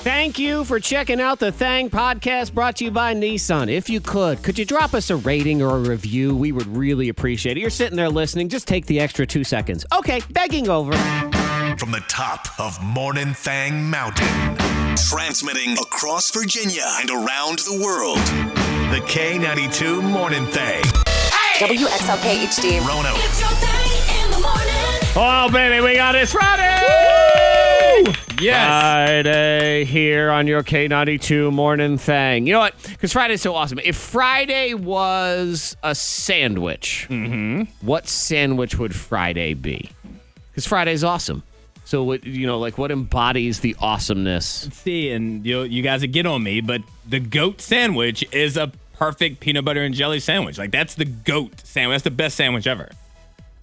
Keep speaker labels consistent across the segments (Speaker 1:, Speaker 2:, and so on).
Speaker 1: Thank you for checking out the Thang podcast brought to you by Nissan. If you could, could you drop us a rating or a review? We would really appreciate it. You're sitting there listening, just take the extra two seconds. Okay, begging over.
Speaker 2: From the top of Morning Thang Mountain, transmitting across Virginia and around the world. The K92 Morning Thang.
Speaker 3: WXLK HD.
Speaker 2: Rono,
Speaker 4: It's your thing in the morning.
Speaker 1: Oh, baby, we got it. It's Friday! Friday here on your K92 morning thing. You know what? Because Friday's so awesome. If Friday was a sandwich, what sandwich would Friday be? Because Friday's awesome. So, what, you know, like what embodies the awesomeness?
Speaker 5: See, and you you guys would get on me, but the goat sandwich is a perfect peanut butter and jelly sandwich. Like that's the goat sandwich. That's the best sandwich ever.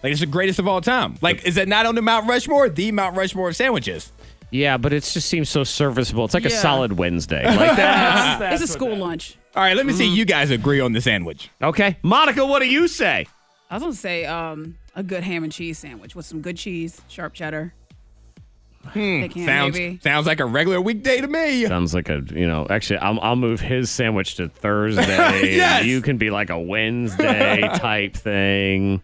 Speaker 5: Like it's the greatest of all time. Like is it not on the Mount Rushmore? The Mount Rushmore of sandwiches.
Speaker 1: Yeah, but it just seems so serviceable. It's like a
Speaker 6: Yeah.
Speaker 1: solid Wednesday. Like that.
Speaker 6: it's a school lunch.
Speaker 5: All right, let me
Speaker 1: Mm-hmm.
Speaker 5: see you guys agree on the sandwich.
Speaker 1: okay. Monica, what do you say?
Speaker 6: I was gonna say um, a good ham and cheese sandwich with some good cheese, sharp cheddar.
Speaker 1: Hmm,
Speaker 6: Thick ham,
Speaker 5: sounds
Speaker 6: maybe.
Speaker 5: sounds like a regular weekday to me.
Speaker 1: Sounds like a, you know, actually, I'm, I'll move his sandwich to Thursday.
Speaker 5: Yes!
Speaker 1: You can be like a Wednesday type thing.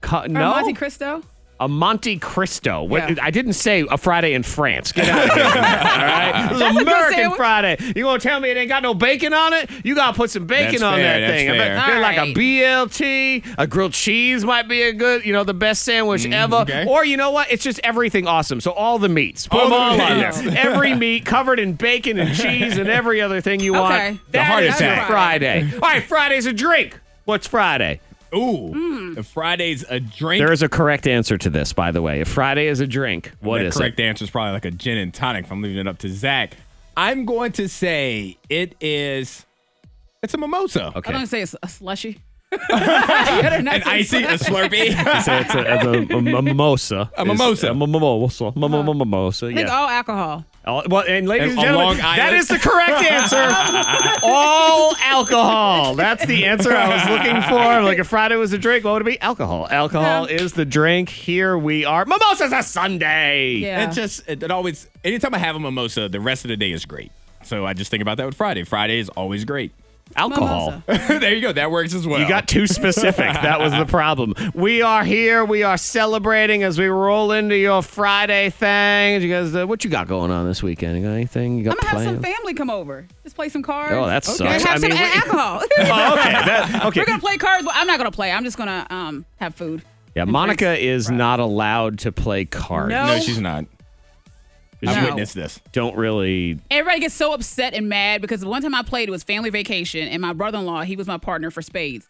Speaker 1: Co-
Speaker 6: Or
Speaker 1: no,
Speaker 6: Monte Cristo.
Speaker 1: a Monte Cristo. What-
Speaker 6: Yeah.
Speaker 1: I didn't say a Friday in France. Get out of here. All right, this is
Speaker 6: That's a good
Speaker 1: American
Speaker 6: sandwich.
Speaker 1: Friday. You gonna tell me it ain't got no bacon on it? You gotta put some bacon
Speaker 5: That's
Speaker 1: on
Speaker 5: fair,
Speaker 1: that
Speaker 5: that's
Speaker 1: thing.
Speaker 5: fair.
Speaker 1: I bet-
Speaker 6: All
Speaker 1: like a
Speaker 6: right.
Speaker 1: BLT, a grilled cheese might be a good, you know, the best sandwich ever.
Speaker 5: Mm, okay.
Speaker 1: Or you know what? It's just everything awesome. So all the meats, put
Speaker 5: All
Speaker 1: them
Speaker 5: the
Speaker 1: all on there.
Speaker 5: meats.
Speaker 1: Every meat covered in bacon and cheese and every other thing you
Speaker 6: Okay.
Speaker 1: want.
Speaker 6: The
Speaker 1: That
Speaker 5: heart
Speaker 1: is
Speaker 5: attack.
Speaker 1: Friday. All right, Friday's a drink. What's Friday?
Speaker 5: Ooh, the Friday's a drink.
Speaker 1: There is a correct answer to this, by the way. If Friday is a drink, what
Speaker 5: the
Speaker 1: is
Speaker 5: correct
Speaker 1: it?
Speaker 5: answer is probably like a gin and tonic. If I'm leaving it up to Zach, I'm going to say it is. It's a mimosa.
Speaker 6: I was
Speaker 1: Okay.
Speaker 6: gonna say it's a slushy. An
Speaker 5: An icy, a Slurpee.
Speaker 1: So it's a, it's a, a, a mimosa.
Speaker 5: A mimosa.
Speaker 1: Is- A mimosa. Mimo- mimosa.
Speaker 6: I think
Speaker 1: Yeah.
Speaker 6: all alcohol.
Speaker 1: All- well, and ladies and
Speaker 5: a
Speaker 1: gentlemen,
Speaker 5: Long
Speaker 1: that
Speaker 5: Island.
Speaker 1: is the correct answer. all alcohol. That's the answer I was looking for. Like if Friday was a drink, what would it be? Alcohol. Alcohol is the drink. Here we are. Mimosa's a Sunday.
Speaker 6: Yeah.
Speaker 5: It just it, it always anytime I have a mimosa, the rest of the day is great. So I just think about that with Friday. Friday is always great.
Speaker 1: Alcohol.
Speaker 6: Mimosa.
Speaker 5: there you go. That works as well.
Speaker 1: You got too specific. that was the problem. We are here. We are celebrating as we roll into your Friday thing. You guys, uh, what you got going on this weekend? You got anything? You got
Speaker 6: I'm gonna have some
Speaker 1: plans?
Speaker 6: family come over. Just play some cards.
Speaker 1: Oh, that
Speaker 6: We're gonna
Speaker 1: sucks.
Speaker 6: have
Speaker 1: I
Speaker 6: some
Speaker 1: mean,
Speaker 6: and
Speaker 1: we-
Speaker 6: alcohol.
Speaker 1: Oh, okay. That, okay.
Speaker 6: We're gonna play cards, but I'm not gonna play. I'm just gonna um have food.
Speaker 1: Yeah,
Speaker 6: and
Speaker 1: Monica
Speaker 6: drinks.
Speaker 1: is
Speaker 6: Right.
Speaker 1: not allowed to play cards.
Speaker 6: No.
Speaker 5: No, she's not. I
Speaker 6: No.
Speaker 5: witnessed this.
Speaker 1: Don't really.
Speaker 6: Everybody gets so upset and mad because the one time I played it was family vacation, and my brother in law, he was my partner for spades,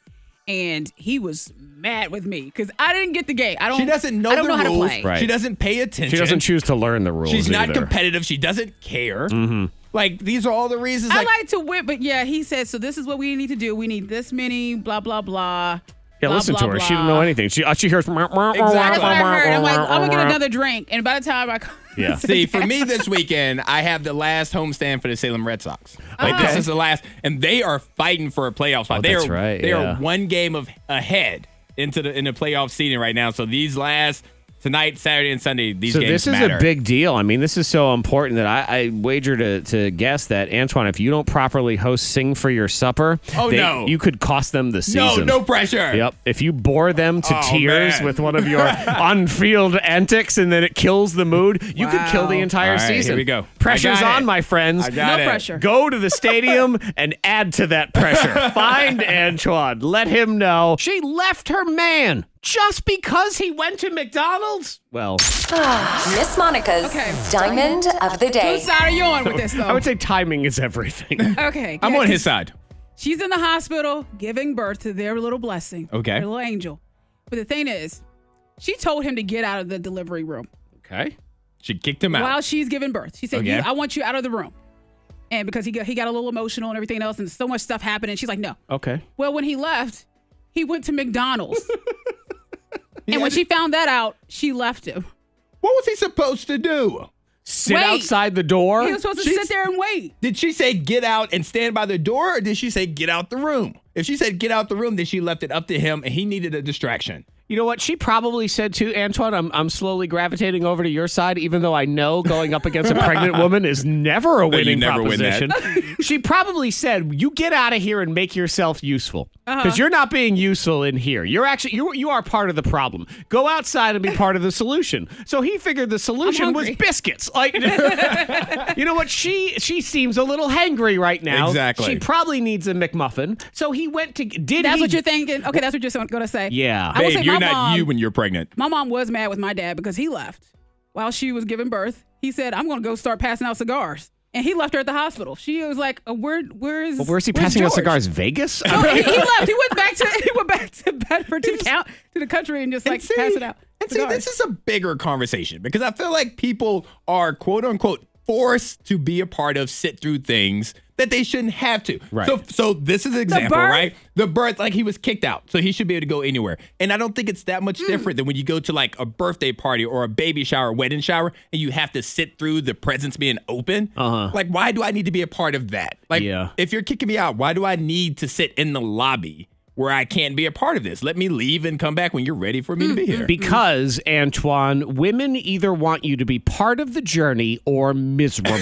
Speaker 6: and he was mad with me because I didn't get the game. I don't.
Speaker 5: She doesn't know
Speaker 6: Oh. I don't
Speaker 5: the
Speaker 6: know
Speaker 5: rules.
Speaker 6: how to play.
Speaker 1: Right.
Speaker 5: She doesn't pay attention.
Speaker 1: She doesn't choose to learn the rules.
Speaker 5: She's not
Speaker 1: either. Mm-hmm.
Speaker 5: competitive. She doesn't care. Like these are all the reasons.
Speaker 6: I
Speaker 5: Like,
Speaker 6: like to whip, but yeah, he said so. This is what we need to do. We need this many. Blah blah blah.
Speaker 1: Yeah,
Speaker 6: blah,
Speaker 1: listen
Speaker 6: blah,
Speaker 1: to her. She doesn't
Speaker 6: blah.
Speaker 1: know anything. She all she hears. Exactly.
Speaker 6: That's what I heard. I'm like, oh I'm gonna get another drink, and by the time I come,
Speaker 1: Yeah.
Speaker 5: See, for me this weekend, I have the last homestand for the Salem Red Sox. Like this is the last, and they are fighting for a playoff spot.
Speaker 1: Oh,
Speaker 5: they
Speaker 1: that's
Speaker 5: are,
Speaker 1: right,
Speaker 5: They
Speaker 1: yeah.
Speaker 5: are one game of ahead into the in the playoff seating right now. So these last tonight, Saturday, and Sunday, these
Speaker 1: So
Speaker 5: games
Speaker 1: this is
Speaker 5: matter.
Speaker 1: a big deal. I mean, this is so important that I, I wager to, to guess that Antoine, if you don't properly host "Sing for Your Supper,"
Speaker 5: Oh, no.
Speaker 1: you could cost them the
Speaker 5: no,
Speaker 1: season.
Speaker 5: no pressure.
Speaker 1: Yep. If you bore them to
Speaker 5: Oh,
Speaker 1: tears
Speaker 5: man.
Speaker 1: with one of your on-field antics, and then it kills the mood, you could kill the
Speaker 6: Wow.
Speaker 1: entire
Speaker 5: All right, here
Speaker 1: season.
Speaker 5: we go. I
Speaker 1: Pressure's
Speaker 5: got
Speaker 1: on,
Speaker 5: it.
Speaker 1: my friends.
Speaker 5: I got
Speaker 6: No
Speaker 5: it.
Speaker 6: pressure.
Speaker 1: Go to the stadium and add to that pressure. Find Antoine. Let him know she left her man just because he went to McDonald's. Well.
Speaker 3: Miss Monica's
Speaker 6: Okay.
Speaker 3: Diamond of the
Speaker 6: whose
Speaker 3: Day.
Speaker 6: side are you on with this though?
Speaker 1: I would say timing is everything.
Speaker 6: okay,
Speaker 5: I'm
Speaker 6: yeah,
Speaker 5: on his side.
Speaker 6: She's in the hospital giving birth to their little blessing,
Speaker 5: Okay.
Speaker 6: their little angel. But the thing is, she told him to get out of the delivery room
Speaker 1: okay.
Speaker 5: She kicked him out.
Speaker 6: while she's giving birth. She said,
Speaker 5: Okay.
Speaker 6: you, "I want you out of the room," and because he got he got a little emotional and everything else, and so much stuff happened, and she's like, "No."
Speaker 1: Okay.
Speaker 6: Well, when he left, he went to McDonald's, and when
Speaker 5: had-
Speaker 6: she found that out, she left him.
Speaker 5: what was he supposed to do?
Speaker 1: Sit
Speaker 6: Wait.
Speaker 1: outside the door.
Speaker 6: He was supposed to
Speaker 5: she's-
Speaker 6: sit there and wait.
Speaker 5: Did she say get out and stand by the door, or did she say get out the room? If she said get out the room, then she left it up to him, and he needed a distraction.
Speaker 1: You know what? She probably said too, Antoine, I'm, I'm slowly gravitating over to your side, even though I know going up against a pregnant woman is never a
Speaker 5: you
Speaker 1: winning
Speaker 5: never win that.
Speaker 1: proposition. she probably said, You get out of here and make yourself useful.
Speaker 6: Uh-huh.
Speaker 1: Because you're not being useful in here. You're actually you you are part of the problem. Go outside and be part of the solution. So he figured the solution was
Speaker 6: hungry.
Speaker 1: biscuits. Like You know what? She she seems a little hangry right now.
Speaker 5: Exactly.
Speaker 1: She probably needs a McMuffin. So he went to did
Speaker 6: That's
Speaker 1: he
Speaker 6: what you're thinking. Okay, that's what you're going to say.
Speaker 1: Yeah.
Speaker 6: I will say
Speaker 5: Babe, you're
Speaker 6: my
Speaker 5: not
Speaker 6: mom-
Speaker 5: you when you're pregnant.
Speaker 6: My mom was mad with my dad because he left while she was giving birth. He said, "I'm going to go start passing out cigars," and he left her at the hospital. She was like, "Uh, "Where? Where is?
Speaker 1: Well, where's he passing out
Speaker 6: George?"
Speaker 1: cigars? Vegas?
Speaker 6: No, Oh, he, he left. He went back to he went back to Bedford to the count to the country and just like
Speaker 5: see-
Speaker 6: pass it out.
Speaker 5: And see,
Speaker 6: cigars.
Speaker 5: this is a bigger conversation because I feel like people are quote unquote forced to be a part of sit through things that they shouldn't have to.
Speaker 1: Right.
Speaker 5: So, so this is an example,
Speaker 6: birth?
Speaker 5: right? The birth, like he was kicked out, so he should be able to go anywhere. And I don't think it's that
Speaker 6: Mm.
Speaker 5: much different than when you go to like a birthday party or a baby shower, wedding shower, and you have to sit through the presents being open. Uh-huh. Like, why do I need to be a part of that? Like,
Speaker 1: Yeah.
Speaker 5: if you're kicking me out, why do I need to sit in the lobby? Where I can't be a part of this. Let me leave and come back when you're ready for me to be here.
Speaker 1: Because, Antoine, women either want you to be part of the journey or miserable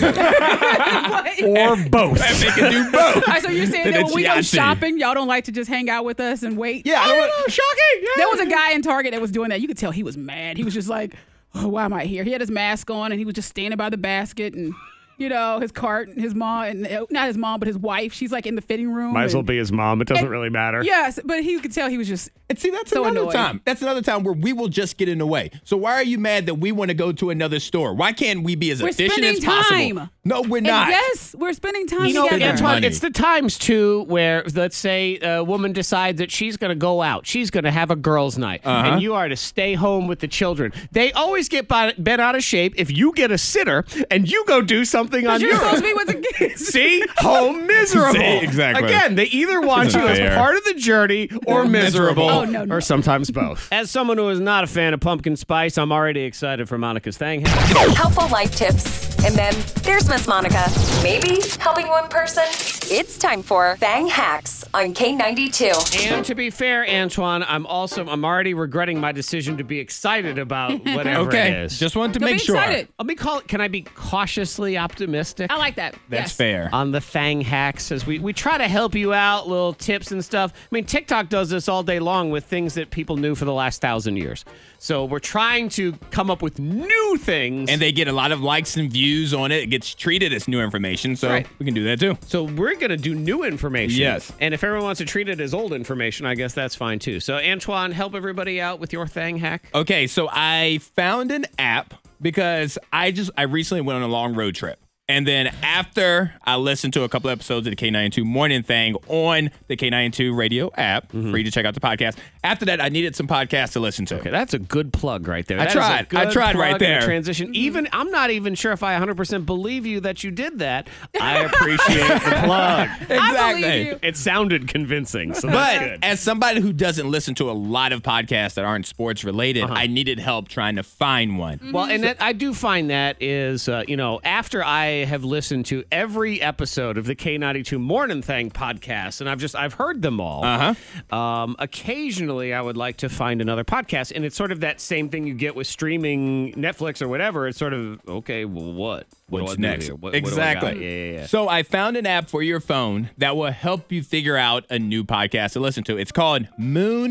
Speaker 1: or both.
Speaker 5: they can do both.
Speaker 6: All right, so you're saying that when we go
Speaker 5: That's Yahtzee.
Speaker 6: shopping, y'all don't like to just hang out with us and wait?
Speaker 5: Yeah, I don't want-
Speaker 1: Shocking.
Speaker 6: There was a guy in Target that was doing that. You could tell he was mad. He was just like, oh, why am I here? He had his mask on and he was just standing by the basket and, you know, his cart and his mom, and uh, not his mom, but his wife. She's like in the fitting room.
Speaker 1: Might as well
Speaker 6: and-
Speaker 1: be his mom. It doesn't really matter.
Speaker 6: Yes, but he could tell he was just.
Speaker 5: and see, that's
Speaker 6: So
Speaker 5: another
Speaker 6: annoying.
Speaker 5: time. That's another time where we will just get in the way. So why are you mad that we want to go to another store? Why can't we be as
Speaker 6: We're
Speaker 5: efficient as
Speaker 6: spending
Speaker 5: possible?
Speaker 6: time.
Speaker 5: No, we're
Speaker 6: And
Speaker 5: not.
Speaker 6: yes, we're spending time
Speaker 1: You know,
Speaker 6: together.
Speaker 5: Spending
Speaker 1: Antoine,
Speaker 5: money.
Speaker 1: it's the times too where, let's say, a woman decides that she's going to go out, she's going to have a girls' night,
Speaker 6: Uh-huh.
Speaker 1: and you are to stay home with the children. They always get by, bent out of shape if you get a sitter and you go do something on
Speaker 6: You're
Speaker 1: your
Speaker 6: supposed to be with the kids.
Speaker 1: See, home miserable.
Speaker 5: See, exactly.
Speaker 1: Again, they either want
Speaker 5: Isn't
Speaker 1: you
Speaker 5: fair.
Speaker 1: as part of the journey or miserable,
Speaker 6: Oh, no, no.
Speaker 1: or sometimes both. As someone who is not a fan of pumpkin spice, I'm already excited for Monica's thing.
Speaker 3: Helpful life tips. And then there's Miss Monica. Maybe helping one person. It's time for Bang Hacks on K92.
Speaker 1: And to be fair, Antoine, I'm also I'm already regretting my decision to be excited about whatever it
Speaker 5: Okay.
Speaker 1: is.
Speaker 5: Just wanted to
Speaker 6: Don't
Speaker 5: make
Speaker 6: be
Speaker 5: sure.
Speaker 6: excited.
Speaker 1: let me call it. Can I be cautiously optimistic?
Speaker 6: I like that.
Speaker 5: That's
Speaker 6: yes.
Speaker 5: fair.
Speaker 1: on the Fang Hacks as we, we try to help you out, little tips and stuff. I mean, TikTok does this all day long with things that people knew for the last thousand years. So we're trying to come up with new things.
Speaker 5: and they get a lot of likes and views on it. It gets treated as new information, so
Speaker 1: Right.
Speaker 5: we can do that too.
Speaker 1: so we're going to do new information.
Speaker 5: Yes.
Speaker 1: And if everyone wants to treat it as old information, I guess that's fine too. So, Antoine, help everybody out with your Fang Hack.
Speaker 5: Okay, so I found an app because I just I recently went on a long road trip. And then after I listened to a couple episodes of the K92 Morning Thing on the K92 radio app for you to check out the podcast. After that, I needed some podcasts to listen to.
Speaker 1: Mm-hmm. Okay, that's a good plug right there.
Speaker 5: I
Speaker 1: That is a
Speaker 5: tried. I
Speaker 1: good
Speaker 5: tried right
Speaker 1: plug and a
Speaker 5: there.
Speaker 1: Transition. Mm-hmm. Even I'm not even sure if I 100% believe you that you did that. I appreciate the plug.
Speaker 6: I believe you.
Speaker 1: It sounded convincing, so that's
Speaker 5: But
Speaker 1: good.
Speaker 5: as somebody who doesn't listen to a lot of podcasts that aren't sports related,
Speaker 1: Uh-huh.
Speaker 5: I needed help trying to find one.
Speaker 1: Well, and that, I do find that is, uh, you know, after I have listened to every episode of the K92 Morning Thing podcast, and I've just, I've heard them all, uh-huh. um, occasionally I would like to find another podcast. And it's sort of that same thing you get with streaming Netflix or whatever. It's sort of, okay, well, what? What do
Speaker 5: What's
Speaker 1: I do
Speaker 5: next?
Speaker 1: here? What- what do I
Speaker 5: exactly.
Speaker 1: got? yeah, yeah, yeah.
Speaker 5: So I found an app for your phone that will help you figure out a new podcast to listen to. It's called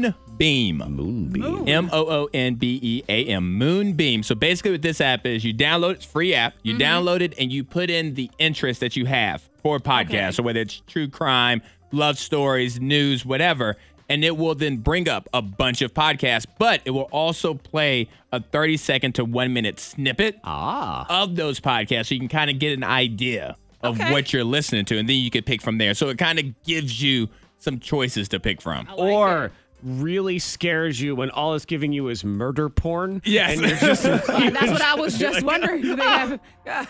Speaker 5: Moonbeam. Moonbeam. M O O N B E A M. Moonbeam. So basically, what this app is, you download it's a free app. You download it and you put in the interest that you have for a podcast. So whether it's true crime, love stories, news, whatever. And it will then bring up a bunch of podcasts, but it will also play a 30 second to one minute snippet of those podcasts so you can kind of get an idea of
Speaker 6: Okay.
Speaker 5: what you're listening to and then you could pick from there so it kind of gives you some choices to pick from
Speaker 6: Oh,
Speaker 1: or really scares you when all it's giving you is murder porn.
Speaker 5: Yes.
Speaker 1: And you're just,
Speaker 6: That's what I was just wondering. Do they have?
Speaker 1: oh,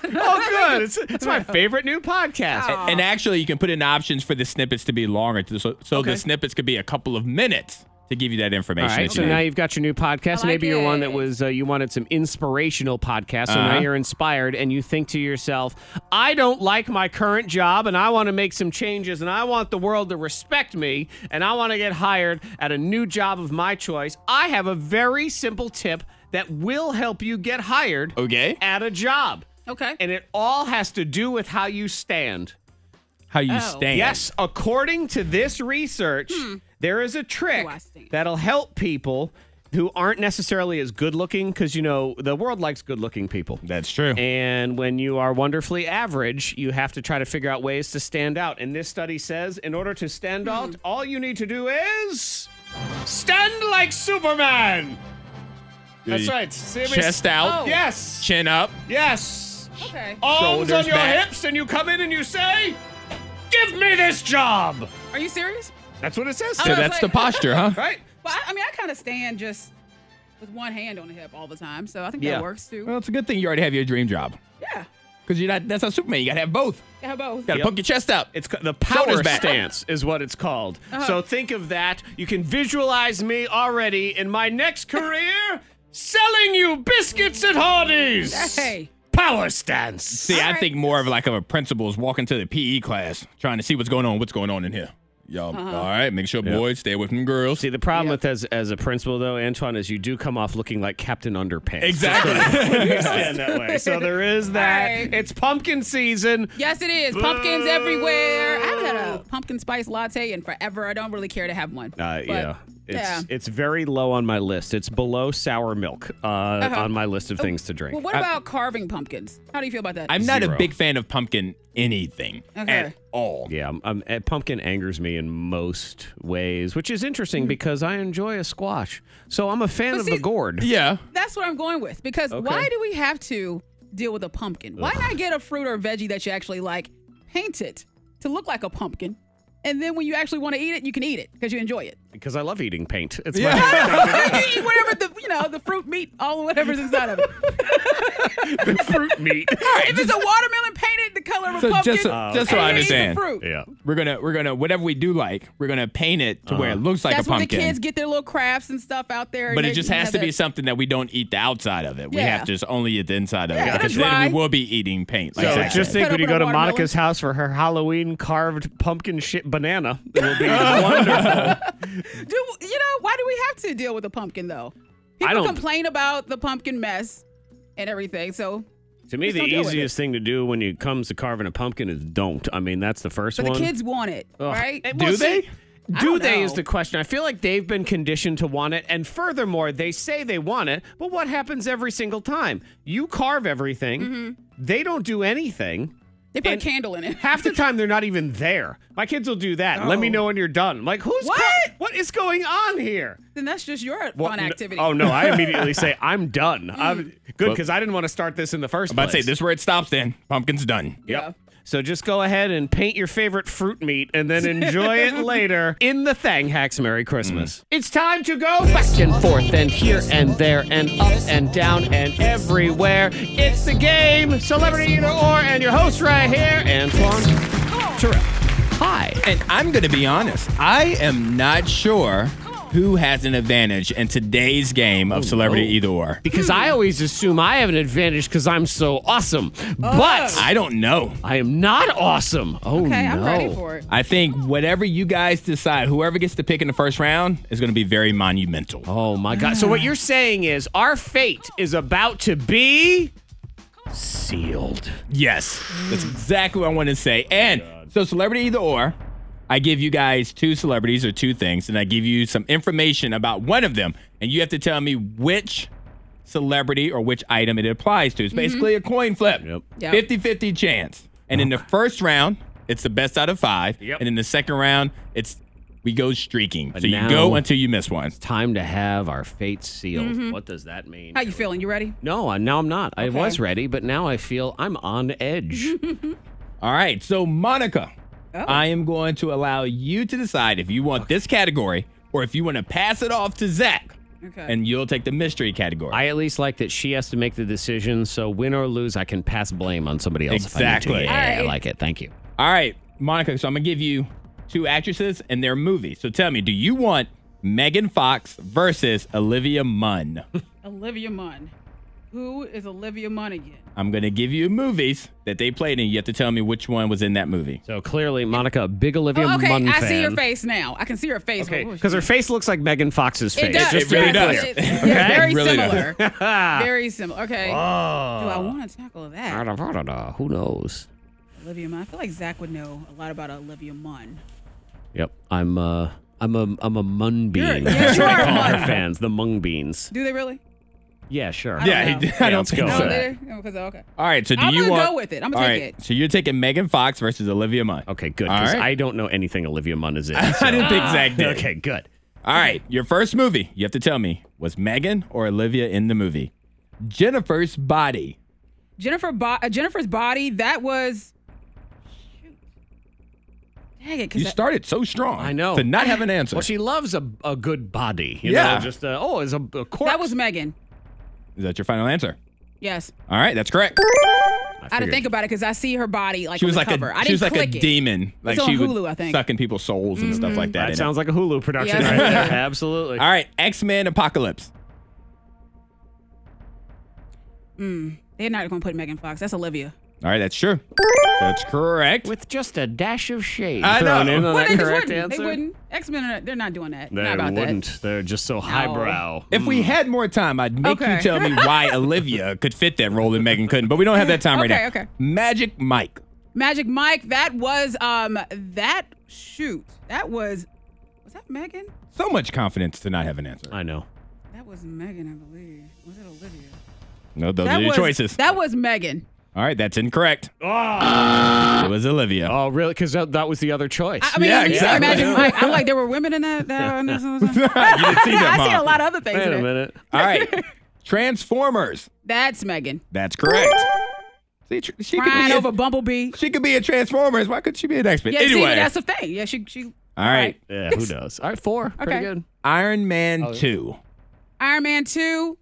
Speaker 1: good. It's, it's my favorite new podcast.
Speaker 5: A- and actually you can put in options for the snippets to be longer so, so the snippets could be a couple of minutes to give you that
Speaker 1: All
Speaker 5: information.
Speaker 1: right,
Speaker 5: that
Speaker 1: so
Speaker 5: you
Speaker 1: now
Speaker 5: need.
Speaker 1: you've got your new podcast.
Speaker 6: I
Speaker 1: Maybe
Speaker 6: like
Speaker 1: you're one
Speaker 6: it.
Speaker 1: that was uh, you wanted some inspirational podcast. So now
Speaker 5: Uh-huh.
Speaker 1: you're inspired, and you think to yourself, "I don't like my current job, and I want to make some changes, and I want the world to respect me, and I want to get hired at a new job of my choice." I have a very simple tip that will help you get hired
Speaker 5: okay.
Speaker 1: at a job,
Speaker 6: Okay.
Speaker 1: and it all has to do with how you stand.
Speaker 5: How you
Speaker 6: Oh.
Speaker 5: stand?
Speaker 1: Yes, according to this research, there is a trick
Speaker 6: How I stand.
Speaker 1: that'll help people who aren't necessarily as good looking because, you know, the world likes good looking people.
Speaker 5: that's true.
Speaker 1: And when you are wonderfully average, you have to try to figure out ways to stand out. And this study says in order to stand out, all you need to do is stand like Superman. That's
Speaker 5: Your
Speaker 1: right. Serious-
Speaker 5: Chest out,
Speaker 6: Oh.
Speaker 1: Yes.
Speaker 5: chin up.
Speaker 1: Yes.
Speaker 6: Okay.
Speaker 1: Arms on
Speaker 5: Shoulders
Speaker 1: your
Speaker 5: back.
Speaker 1: hips, and you come in and you say, Give me this job.
Speaker 6: Are you serious?
Speaker 1: That's what it says.
Speaker 5: So
Speaker 6: was
Speaker 5: that's the
Speaker 6: like-
Speaker 5: posture, huh?
Speaker 1: right?
Speaker 6: Well, I, I mean, I kind of stand just with one hand on the hip all the time, so I think
Speaker 1: Yeah.
Speaker 6: that works too.
Speaker 5: Well, it's a good thing you already have your dream job
Speaker 6: yeah.
Speaker 5: because you're not. That's not Superman. You gotta have both. You
Speaker 6: Yeah, How about
Speaker 5: gotta
Speaker 1: Yep.
Speaker 5: poke your chest out.
Speaker 1: It's ca- the power
Speaker 5: Shoulders back.
Speaker 1: stance is what it's called.
Speaker 6: Uh-huh.
Speaker 1: So think of that. You can visualize me already in my next career selling you biscuits at Hardee's.
Speaker 6: Hey.
Speaker 1: Power stance.
Speaker 5: See, I
Speaker 6: right.
Speaker 5: think more of like of a principal's walking to the PE class, trying to see what's going on, what's going on in here. Y'all,
Speaker 6: Uh-huh.
Speaker 5: all right, make sure boys stay with them girls.
Speaker 1: See, the problem with as as a principal though, Antoine, is you do come off looking like Captain Underpants.
Speaker 5: exactly.
Speaker 1: You stand that way. So there is that.
Speaker 6: Right.
Speaker 1: It's pumpkin season.
Speaker 6: Yes, it is. Pumpkins everywhere. I haven't had a pumpkin spice latte in forever. I don't really care to have one.
Speaker 1: Uh,
Speaker 6: But,
Speaker 1: yeah. It's,
Speaker 6: yeah.
Speaker 1: it's very low on my list. It's below sour milk uh, on my list of things to drink.
Speaker 6: Uh-huh. Oh,
Speaker 1: Uh,
Speaker 6: Well, what about carving pumpkins? How do you feel about that?
Speaker 5: I'm not
Speaker 1: Zero.
Speaker 5: a big fan of pumpkin anything
Speaker 6: Okay.
Speaker 5: at all.
Speaker 1: Yeah, I'm, I'm, uh, pumpkin angers me in most ways, which is interesting because I enjoy a squash. So I'm a fan
Speaker 6: Hmm. But
Speaker 1: of
Speaker 6: see-
Speaker 1: the gourd.
Speaker 5: Yeah.
Speaker 6: That's what I'm going with because why do we have to deal with a pumpkin? Why not get a fruit or veggie that you actually like, paint it to look like a pumpkin, and then when you actually want to eat it, you can eat it because you enjoy it.
Speaker 1: Because I love eating paint. It's
Speaker 6: you eat whatever the you know the fruit, meat, all whatever's inside of it.
Speaker 1: my fruit meat.
Speaker 6: if it's a watermelon, paint it the color of a
Speaker 5: So
Speaker 6: pumpkin.
Speaker 5: just so-
Speaker 6: and
Speaker 5: just so I
Speaker 6: then eat the
Speaker 5: understand.
Speaker 6: fruit.
Speaker 1: Yeah.
Speaker 5: We're gonna we're gonna whatever we do like, we're gonna paint it to
Speaker 1: Uh-huh.
Speaker 5: where it looks like
Speaker 6: That's
Speaker 5: a
Speaker 6: when the
Speaker 5: pumpkin.
Speaker 6: kids get their little crafts and stuff out there. and
Speaker 5: but
Speaker 6: they
Speaker 5: it just has
Speaker 6: have
Speaker 5: to be
Speaker 6: that-
Speaker 5: something that we don't eat the outside of it. We
Speaker 6: Yeah.
Speaker 5: have to just only eat the inside of
Speaker 6: Yeah,
Speaker 5: it. Because
Speaker 6: it'll
Speaker 5: then
Speaker 6: dry.
Speaker 5: we will be eating paint. Like
Speaker 1: So
Speaker 5: Zach
Speaker 1: just
Speaker 5: said.
Speaker 1: think
Speaker 6: Cut
Speaker 1: when you
Speaker 6: open
Speaker 1: go
Speaker 6: a
Speaker 1: to
Speaker 6: watermelon.
Speaker 1: Monica's house for her Halloween carved pumpkin shit banana, it will be wonderful.
Speaker 6: Do you know why do we have to deal with a pumpkin though?
Speaker 1: I
Speaker 6: People
Speaker 1: don't-
Speaker 6: complain about the pumpkin mess and everything. So
Speaker 1: to me,
Speaker 6: Just
Speaker 1: the
Speaker 6: don't deal with
Speaker 1: easiest thing to do when it comes to carving a pumpkin is don't. I mean, that's the first
Speaker 6: But
Speaker 1: one.
Speaker 6: the kids want it,
Speaker 1: Ugh.
Speaker 6: right?
Speaker 1: And
Speaker 5: Do
Speaker 1: well,
Speaker 5: they?
Speaker 1: see,
Speaker 6: I
Speaker 1: Do
Speaker 6: don't
Speaker 1: they
Speaker 6: know.
Speaker 1: is the question. I feel like they've been conditioned to want it. And furthermore, they say they want it. But what happens every single time? You carve everything,
Speaker 6: Mm-hmm.
Speaker 1: they don't do anything.
Speaker 6: They put
Speaker 1: and-
Speaker 6: a candle in it.
Speaker 1: Half the time, they're not even there. My kids will do that. Let me
Speaker 6: Oh.
Speaker 1: know when you're done. I'm like, who's
Speaker 6: What?
Speaker 1: car- what is going on here?
Speaker 6: Then that's just your
Speaker 1: Well,
Speaker 6: fun
Speaker 1: n-
Speaker 6: activity. Mm.
Speaker 1: oh, no. I immediately say, I'm done. I'm good because I didn't want to start this in the first
Speaker 5: I'm about to
Speaker 1: place.
Speaker 5: say this is where it stops then. Pumpkin's done.
Speaker 1: Yep. So just go ahead and paint your favorite fruit meat and then enjoy it later in the Thang Hacks Merry Christmas. It's time to go back and forth and here and there and up and down and everywhere. It's the game, Celebrity Either Or, and your host right here, Antoine Terrell. Hi.
Speaker 5: And I'm going to be honest, I am not sure who has an advantage in today's game of celebrity either or.
Speaker 1: Because I always assume I have an advantage because I'm so awesome.
Speaker 6: Oh.
Speaker 1: But
Speaker 5: I don't know.
Speaker 1: I am not awesome. Oh,
Speaker 6: okay,
Speaker 1: no.
Speaker 6: I'm ready for it.
Speaker 5: I think whatever you guys decide, whoever gets to pick in the first round is going to be very monumental.
Speaker 1: Oh my god. So what you're saying is our fate is about to be sealed.
Speaker 5: Yes, that's exactly what I want to say.
Speaker 1: Oh,
Speaker 5: And so, celebrity either or, I give you guys two celebrities or two things, and I give you some information about one of them, and you have to tell me which celebrity or which item it applies to. It's basically a coin flip.
Speaker 1: Yep.
Speaker 6: Yep.
Speaker 5: 50 50 chance. And in the first round, it's the best out of five.
Speaker 1: Yep.
Speaker 5: And in the second round, it's we go streaking.
Speaker 1: But
Speaker 5: so
Speaker 1: now-
Speaker 5: you go until you miss one.
Speaker 1: Time to have our fate sealed.
Speaker 6: Mm-hmm.
Speaker 1: What does that mean?
Speaker 6: How you feeling? You ready?
Speaker 1: no, I, now I'm not. I was ready, but now I feel I'm on edge.
Speaker 5: All right. So, Monica,
Speaker 6: Oh.
Speaker 5: I am going to allow you to decide if you want this category or if you want to pass it off to Zach.
Speaker 6: Okay.
Speaker 5: And you'll take the mystery category.
Speaker 1: I at least like that she has to make the decision, so win or lose, I can pass blame on somebody else. if I need to.
Speaker 5: Exactly.
Speaker 1: Yeah, I
Speaker 6: Alright.
Speaker 1: like it. Thank you.
Speaker 5: All right, Monica. So, I'm going to give you two actresses and their movies. So, tell me, do you want Megan Fox versus Olivia Munn.
Speaker 6: Olivia Munn. Who is Olivia Munn again?
Speaker 5: I'm going to give you movies that they played, and you have to tell me which one was in that movie.
Speaker 1: So clearly, Monica, a big Olivia
Speaker 6: Oh, okay,
Speaker 1: Munn
Speaker 6: I
Speaker 1: fan.
Speaker 6: see your face now. I can see her face.
Speaker 1: Okay,
Speaker 6: What was
Speaker 1: because her
Speaker 6: she-
Speaker 1: face looks like Megan Fox's face.
Speaker 6: It does.
Speaker 5: It really
Speaker 6: yes,
Speaker 5: does.
Speaker 6: it- it's very
Speaker 5: It really does.
Speaker 6: similar. very similar. Okay. Do I want to tackle that?
Speaker 1: I don't, I don't know. Who knows?
Speaker 6: Olivia Munn. I feel like Zach would know a lot about Olivia Munn.
Speaker 1: Yep. I'm uh I'm a I'm a mung bean.
Speaker 6: yeah,
Speaker 1: That's
Speaker 6: you
Speaker 1: what
Speaker 6: are
Speaker 1: they
Speaker 6: a
Speaker 1: call
Speaker 6: mung.
Speaker 1: her fans, the mung beans.
Speaker 6: Do they really?
Speaker 1: Yeah, sure.
Speaker 6: I don't
Speaker 5: Yeah, he
Speaker 6: know.
Speaker 5: did. I
Speaker 1: Yeah,
Speaker 5: don't
Speaker 1: let's
Speaker 5: think
Speaker 1: go.
Speaker 6: No,
Speaker 5: so.
Speaker 1: Who's
Speaker 6: they because oh, okay.
Speaker 5: All right, so do
Speaker 6: I'm
Speaker 5: you
Speaker 6: gonna
Speaker 5: want?
Speaker 6: go with it. I'm gonna
Speaker 5: All
Speaker 6: take
Speaker 5: right,
Speaker 6: it.
Speaker 5: So you're taking Megan Fox versus Olivia Munn.
Speaker 1: Okay, good.
Speaker 5: All
Speaker 1: 'cause
Speaker 5: right.
Speaker 1: I don't know anything Olivia Munn is in. so-
Speaker 5: I didn't think Zach did.
Speaker 1: Okay, good.
Speaker 5: All right, your first movie. You have to tell me was Megan or Olivia in the movie? Jennifer's Body.
Speaker 6: Jennifer Bo- uh, Jennifer's body. That was. Shoot. Dang it!
Speaker 5: You
Speaker 6: Because
Speaker 5: started so strong.
Speaker 1: I know.
Speaker 5: To not have an answer.
Speaker 1: Well, she loves a, a good body. You
Speaker 5: Yeah.
Speaker 1: Know, just uh oh, is a, a corpse.
Speaker 6: that was Megan.
Speaker 5: Is that your final answer?
Speaker 6: Yes.
Speaker 5: All right, that's correct.
Speaker 6: I, had to
Speaker 1: figured.
Speaker 6: think about it because I see her body like
Speaker 5: She
Speaker 6: on
Speaker 5: was
Speaker 6: the
Speaker 5: like
Speaker 6: cover.
Speaker 5: a
Speaker 6: I
Speaker 5: she
Speaker 6: didn't
Speaker 5: was like a
Speaker 6: click it.
Speaker 5: demon. Like
Speaker 6: on
Speaker 5: she
Speaker 6: Hulu,
Speaker 5: would
Speaker 6: I think. Mm-hmm.
Speaker 5: suck in people's souls and stuff like that.
Speaker 1: That
Speaker 5: in it.
Speaker 1: sounds like a Hulu production.
Speaker 6: Yes,
Speaker 1: right
Speaker 6: it
Speaker 1: there.
Speaker 6: is.
Speaker 1: Absolutely.
Speaker 5: All right, X Men Apocalypse.
Speaker 6: They're not going to put Megan Fox. That's Olivia.
Speaker 5: All right, that's true. That's correct.
Speaker 1: With just a dash of shade
Speaker 5: I
Speaker 1: thrown
Speaker 5: know.
Speaker 1: in on
Speaker 5: Well,
Speaker 1: that
Speaker 6: they just
Speaker 1: correct
Speaker 6: wouldn't.
Speaker 1: answer.
Speaker 6: They wouldn't. X Men. Are, they're not doing that.
Speaker 1: They
Speaker 6: not about
Speaker 1: wouldn't.
Speaker 6: that.
Speaker 1: They're just so highbrow.
Speaker 5: if we had more time, I'd make you
Speaker 6: Okay.
Speaker 5: tell me why Olivia could fit that role and Megan couldn't, but we don't have that time right
Speaker 6: Okay,
Speaker 5: now.
Speaker 6: okay.
Speaker 5: Magic Mike.
Speaker 6: Magic Mike. That was um that shoot. That was was that Megan?
Speaker 5: So much confidence to not have an answer.
Speaker 1: I know.
Speaker 6: That was Megan, I believe. Was it Olivia?
Speaker 5: No, those
Speaker 6: that
Speaker 5: are your
Speaker 6: was,
Speaker 5: choices.
Speaker 6: That was Megan.
Speaker 5: All right, that's incorrect. It was Olivia.
Speaker 1: Oh, really? Because that, that was the other choice.
Speaker 6: I, I mean,
Speaker 5: Yeah,
Speaker 6: you said
Speaker 5: exactly.
Speaker 6: Magic Mike. I'm like, there were women in that. that and this, and this, and this.
Speaker 5: you didn't see that,
Speaker 6: I see a
Speaker 5: Mom.
Speaker 6: lot of other things.
Speaker 1: Wait
Speaker 6: in
Speaker 1: a
Speaker 6: it.
Speaker 1: minute.
Speaker 5: All right, Transformers.
Speaker 6: That's Megan.
Speaker 5: That's correct. See, tr- she could,
Speaker 6: Crying
Speaker 5: be
Speaker 6: over
Speaker 5: a,
Speaker 6: Bumblebee.
Speaker 5: she could be a Transformers. Why couldn't she be an X Men?
Speaker 6: Yeah,
Speaker 5: anyway,
Speaker 6: see, that's the thing. Yeah, she she.
Speaker 5: all right.
Speaker 1: Yeah, who knows? All right, four.
Speaker 6: Okay.
Speaker 1: Pretty good.
Speaker 5: Iron Man
Speaker 1: Oh,
Speaker 5: two.
Speaker 6: Iron Man two.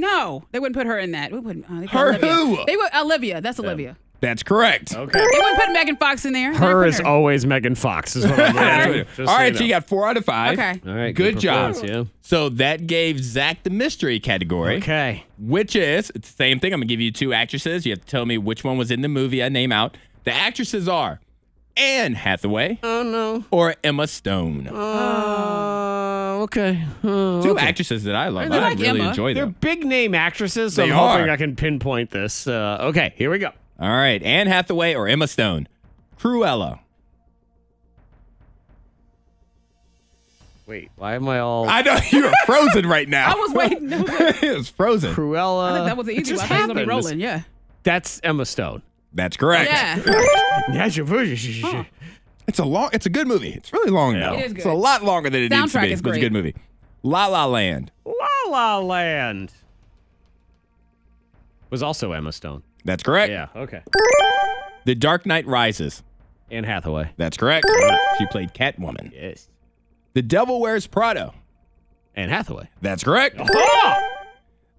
Speaker 6: No, they wouldn't put her in that. We wouldn't. Uh, they put
Speaker 5: Her
Speaker 6: Olivia.
Speaker 5: who?
Speaker 6: They would Olivia. That's Olivia.
Speaker 5: That's correct.
Speaker 1: Okay.
Speaker 6: They wouldn't put Megan Fox in there. They
Speaker 1: Her
Speaker 6: wouldn't
Speaker 1: is
Speaker 6: put
Speaker 1: always Megan Fox, is what I'm
Speaker 5: That's
Speaker 1: learning.
Speaker 5: what it is.
Speaker 1: Just
Speaker 5: All right,
Speaker 1: you
Speaker 5: so you
Speaker 1: know.
Speaker 5: got four out of five.
Speaker 6: Okay.
Speaker 1: All right,
Speaker 5: good,
Speaker 1: good
Speaker 5: job.
Speaker 1: performance,
Speaker 5: So that gave Zach the mystery category,
Speaker 1: Okay.
Speaker 5: which is it's the same thing. I'm gonna give you two actresses. You have to tell me which one was in the movie I name out. The actresses are Anne Hathaway. Oh no. Or Emma Stone.
Speaker 6: Oh.
Speaker 1: Uh, okay. Uh,
Speaker 5: Two actresses that I love.
Speaker 6: I
Speaker 5: I,
Speaker 6: like
Speaker 5: really
Speaker 6: Emma.
Speaker 5: enjoy
Speaker 1: They're
Speaker 5: them.
Speaker 1: big name actresses, so
Speaker 5: They
Speaker 1: I'm hoping
Speaker 5: are.
Speaker 1: I can pinpoint this. Uh, okay, here we go.
Speaker 5: All right, Anne Hathaway or Emma Stone. Cruella.
Speaker 1: Wait, why am I all.
Speaker 5: I know you're frozen right now.
Speaker 6: I was waiting. I think
Speaker 5: it was frozen.
Speaker 1: Cruella.
Speaker 6: that was an
Speaker 1: Uh, It
Speaker 6: easy one.
Speaker 1: just
Speaker 6: I thought it was gonna be
Speaker 1: happened.
Speaker 6: rolling. Yeah.
Speaker 1: That's Emma Stone.
Speaker 5: That's correct.
Speaker 6: Yeah.
Speaker 1: That's your version.
Speaker 5: It's a long. It's a good movie. It's really long though.
Speaker 6: It is
Speaker 5: It's a
Speaker 6: good.
Speaker 5: lot longer than it needs to
Speaker 6: Soundtrack
Speaker 5: be.
Speaker 6: is
Speaker 5: but It's a
Speaker 6: great.
Speaker 5: good movie. La La Land.
Speaker 1: La La Land was also Emma Stone.
Speaker 5: That's correct.
Speaker 1: Yeah, okay.
Speaker 5: The Dark Knight Rises.
Speaker 1: Anne Hathaway.
Speaker 5: That's correct. She played Catwoman.
Speaker 1: Yes.
Speaker 5: The Devil Wears Prada.
Speaker 1: Anne Hathaway.
Speaker 5: That's correct.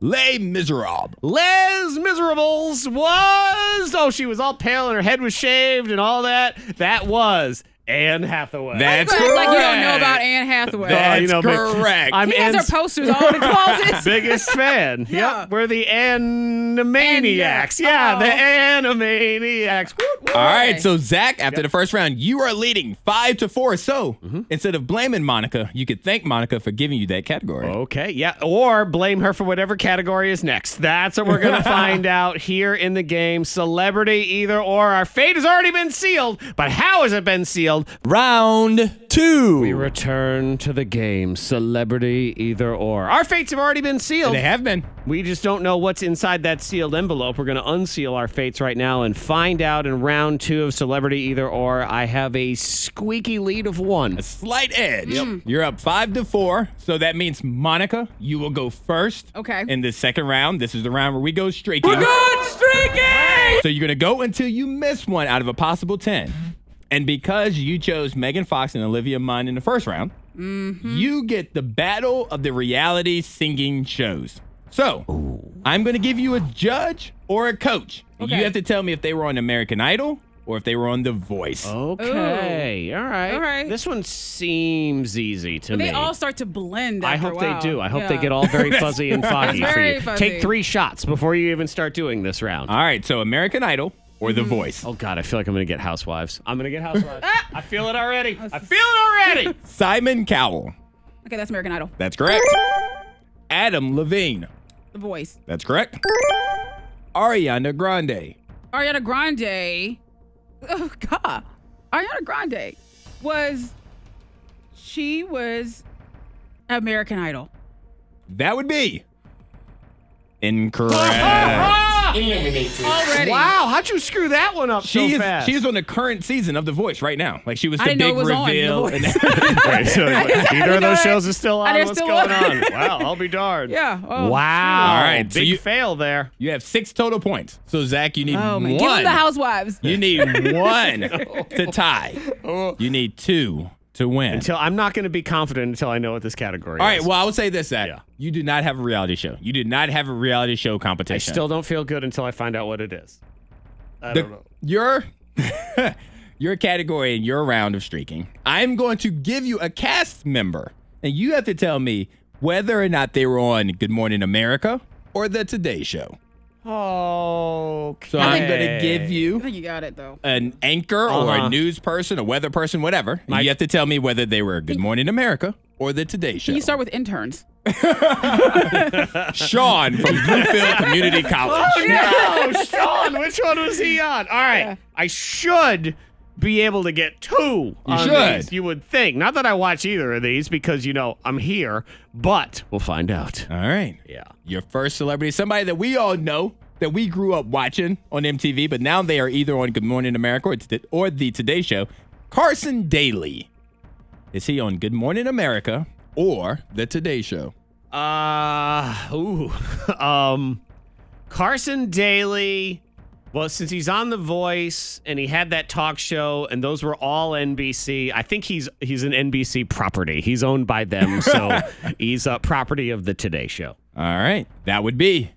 Speaker 5: Les Miserables.
Speaker 1: Les Miserables was oh she was all pale and her head was shaved and all that. That was Anne Hathaway.
Speaker 5: That's
Speaker 6: Like
Speaker 5: correct.
Speaker 6: like you don't know about Anne Hathaway.
Speaker 1: Oh, you
Speaker 5: That's
Speaker 1: know me.
Speaker 5: correct.
Speaker 1: I'm
Speaker 6: he has
Speaker 1: Anne's
Speaker 6: her posters all in the closets.
Speaker 1: biggest fan.
Speaker 6: Yeah.
Speaker 1: Yep. We're the Animaniacs.
Speaker 6: Animaniacs.
Speaker 1: Yeah,
Speaker 6: Oh.
Speaker 1: the Animaniacs. Woot, woot.
Speaker 5: All right, so Zach, after the first round, you are leading five to four. So
Speaker 6: Mm-hmm.
Speaker 5: instead of blaming Monica, you could thank Monica for giving you that category.
Speaker 6: Oh.
Speaker 1: Okay, yeah. Or blame her for whatever category is next. That's what we're going to find out here in the game. Celebrity, either or. Our fate has already been sealed, but how has it been sealed?
Speaker 5: Round two.
Speaker 1: We return to the game. Celebrity, either or. Our fates have already been sealed.
Speaker 5: they have been.
Speaker 1: We just don't know what's inside that sealed envelope. We're going to unseal our fates right now and find out in round two of Celebrity, either or. I have a squeaky lead of one.
Speaker 5: A slight edge. You're up five to four. So that means Monica, you will go first.
Speaker 6: Okay.
Speaker 5: In the second round. This is the round where we go streaking. So you're gonna go until you miss one out of a possible ten. And because you chose Megan Fox and Olivia Munn in the first round, you get the battle of the reality singing shows. So I'm gonna give you a judge or a coach.
Speaker 6: Okay.
Speaker 5: You have to tell me if they were on American Idol or if they were on The Voice.
Speaker 1: Oh. Okay. All right.
Speaker 6: All right.
Speaker 1: This one seems easy to
Speaker 6: But
Speaker 1: me.
Speaker 6: they all start to blend.
Speaker 1: I
Speaker 6: after a
Speaker 1: hope they
Speaker 6: while.
Speaker 1: do. I hope they
Speaker 6: Yeah.
Speaker 1: get all very fuzzy and foggy for
Speaker 6: very
Speaker 1: you.
Speaker 6: fuzzy.
Speaker 1: Take three shots before you even start doing this round.
Speaker 5: All right, so American Idol or The Voice.
Speaker 1: oh God, I feel like I'm gonna get housewives. I'm gonna get housewives. I feel it already. I feel it already.
Speaker 5: Simon Cowell.
Speaker 6: Okay, that's American Idol.
Speaker 5: That's correct. Adam Levine.
Speaker 6: The Voice.
Speaker 5: That's correct. Ariana Grande.
Speaker 6: Ariana Grande. Oh God. Ariana Grande was. She was American Idol.
Speaker 5: That would be incorrect.
Speaker 6: Already.
Speaker 1: wow, how'd you screw that one up
Speaker 5: She
Speaker 1: so
Speaker 5: is
Speaker 1: fast?
Speaker 5: she's on the current season of The Voice right now. Like she was
Speaker 6: I
Speaker 5: the
Speaker 6: didn't know
Speaker 5: big
Speaker 6: it was on The
Speaker 5: reveal.
Speaker 6: Voice.
Speaker 5: and-
Speaker 1: Right, so either of
Speaker 6: know
Speaker 1: those
Speaker 6: that.
Speaker 1: shows is still
Speaker 6: I
Speaker 1: on. What's
Speaker 6: just still
Speaker 1: going on?
Speaker 6: want-
Speaker 1: Wow, I'll be darned.
Speaker 6: Yeah. Oh,
Speaker 1: Wow.
Speaker 5: All right, so
Speaker 1: Big
Speaker 5: you-
Speaker 1: fail there.
Speaker 5: you have six total points. So Zach, you need
Speaker 6: Oh man.
Speaker 5: one.
Speaker 6: Give them the housewives.
Speaker 5: You need one to tie. You need two to win.
Speaker 1: Until I'm not going to be confident until I know what this category
Speaker 5: All
Speaker 1: is.
Speaker 5: right. Well, I would say this, Zach.
Speaker 1: Yeah.
Speaker 5: You do not have a reality show. You do not have a reality show competition.
Speaker 1: I still don't feel good until I find out what it is. I
Speaker 5: The-
Speaker 1: don't know.
Speaker 5: Your your category and your round of streaking. I'm going to give you a cast member, and you have to tell me whether or not they were on Good Morning America or the Today Show.
Speaker 1: Oh, okay.
Speaker 5: So I'm going to give
Speaker 6: I
Speaker 5: you
Speaker 6: think you got it though.
Speaker 5: an anchor or
Speaker 1: Uh-huh.
Speaker 5: a news person, a weather person, whatever. and
Speaker 1: Mike-
Speaker 5: you have to tell me whether they were Good Morning America or the Today Show.
Speaker 6: Can you start with interns?
Speaker 5: Sean from Bluefield Community College.
Speaker 1: No, Oh, Sean, which one was he on? All right, I should be able to get two. on
Speaker 5: should.
Speaker 1: these, you would think. Not that I watch either of these because you know I'm here, but we'll find out.
Speaker 5: All right.
Speaker 1: Yeah.
Speaker 5: Your first celebrity, somebody that we all know that we grew up watching on MTV, but now they are either on Good Morning America or, t- or the Today Show. Carson Daly. Is he on Good Morning America or the Today Show?
Speaker 1: Uh, ooh, um, Carson Daly. Well, since he's on The Voice and he had that talk show, and those were all NBC. I think he's he's an NBC property. He's owned by them, so he's a property of the Today Show.
Speaker 5: All right. That would be